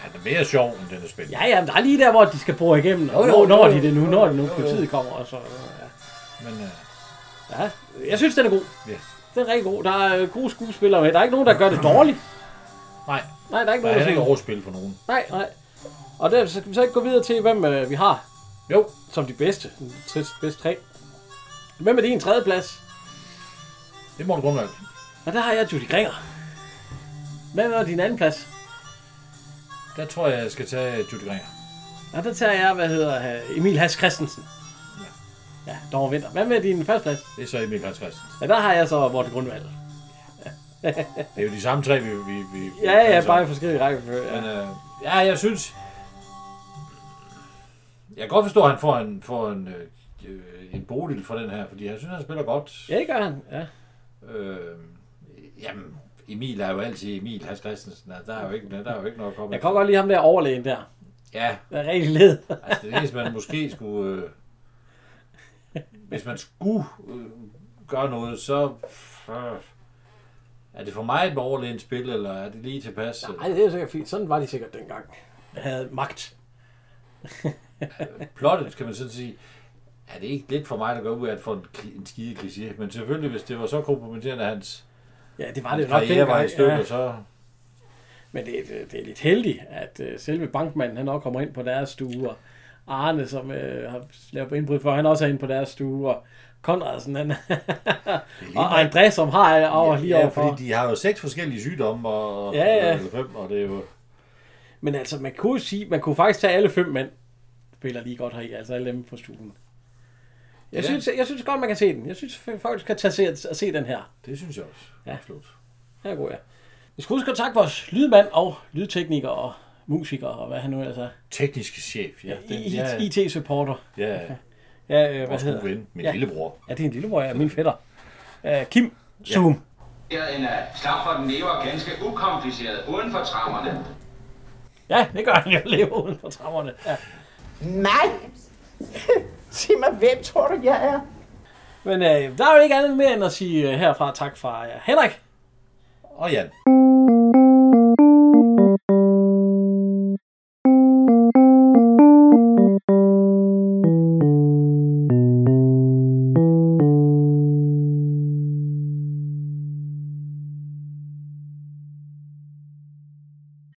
han er mere sjov, end den er spændende.
Ja, ja, men der er lige der, hvor de skal bruge igennem. Og
Jo, jo,
hvor når
jo,
de det nu?
jo,
Når de nu?
jo, jo.
Politiet kommer og så... Ja.
Men øh,
ja. Jeg synes, den er god.
Ja.
Den er rigtig god. Der er øh, gode skuespillere med. Der er ikke nogen, der gør det dårligt.
nej,
Nej, der er ikke
der er
nogen, der
heller ikke
siger.
overspil for nogen.
Nej, nej. Og der skal vi så ikke gå videre til, hvem øh, vi har
Jo,
som de bedste. De bedste tre. Hvem er din tredje plads?
det må du grundlag.
Og der har jeg Judy Gringer. Hvem er din anden plads?
Der tror jeg, jeg skal tage Judy Gringer.
Og der tager jeg, hvad hedder øh, Emil Has Christensen. Ja, Dora Vinter. Hvad med din første plads?
Det er så Emil Hans Christensen.
Ja, der har jeg så Morten Grundvald.
Det er jo de samme tre, vi... vi, vi vi
Ja, ja,
passer.
bare i forskellige rækkefølge.
Men
Ja.
øh, ja, jeg synes... Jeg kan godt forstå, at han får en, får en, øh, øh, en bodil for den her, fordi jeg synes, han spiller godt.
ja, det gør han. Ja.
Øh, jamen, Emil er jo altid Emil Hans Christensen. Altså, der er jo ikke, der er jo ikke noget at komme
Jeg kan godt lide ham der overlægen der.
Ja,
Der er rigtig led.
altså det eneste, man måske skulle... Øh, hvis man skulle øh, gøre noget, så... Øh, er det for meget med overlægen spil, eller er det lige tilpas?
Nej, det er sikkert fint. Sådan var de sikkert dengang. Jeg havde magt.
Øh, plottet, kan man sådan sige, er det ikke lidt for mig, der går ud af at få en, kli- en skide kliché? Men selvfølgelig, hvis det var så kompromitterende, at hans,
Ja, det var det
hans
jo nok
karriere var i
dengang.
stykker,
Ja.
ja. så...
Men det, det, det er lidt heldigt, at uh, selve bankmanden han også kommer ind på deres stue. Og Arne, som uh, har lavet indbrud for, han også er inde på deres stue. Og Konradsen, han... og André, som har over lige overfor.
fordi de har jo seks forskellige sygdomme, og,
Ja, ja.
eller fem, og det er jo...
Men altså, man kunne jo sige, man kunne faktisk tage alle fem mænd, spiller lige godt heri, altså alle dem på stuen. Jeg,
Ja.
synes, jeg synes godt, man kan se den. Jeg synes, folk skal tage se, at se den her.
Det synes jeg også.
Ja.
Ja. Absolut.
Her går jeg. Vi skal huske at takke vores lydmand og lydtekniker og musiker og hvad han nu ellers er.
Tekniske chef, ja. Den,
I-
ja,
IT-supporter.
ja,
Ja, øh, hvad
vores
hedder
gode
han?
ven, min
Ja.
ja. lillebror.
Ja, det er en lillebror, ja. Min fætter. Øh, Kim Zoom.
Her en øh, Stamford lever ganske ukompliceret uden for trammerne.
Ja. ja, det gør han jo leve uden for trammerne. Ja.
Nej! Sig mig, hvem tror du, jeg er?
Men øh, der er jo ikke andet mere end at sige øh, herfra tak fra øh, Henrik.
Og Jan.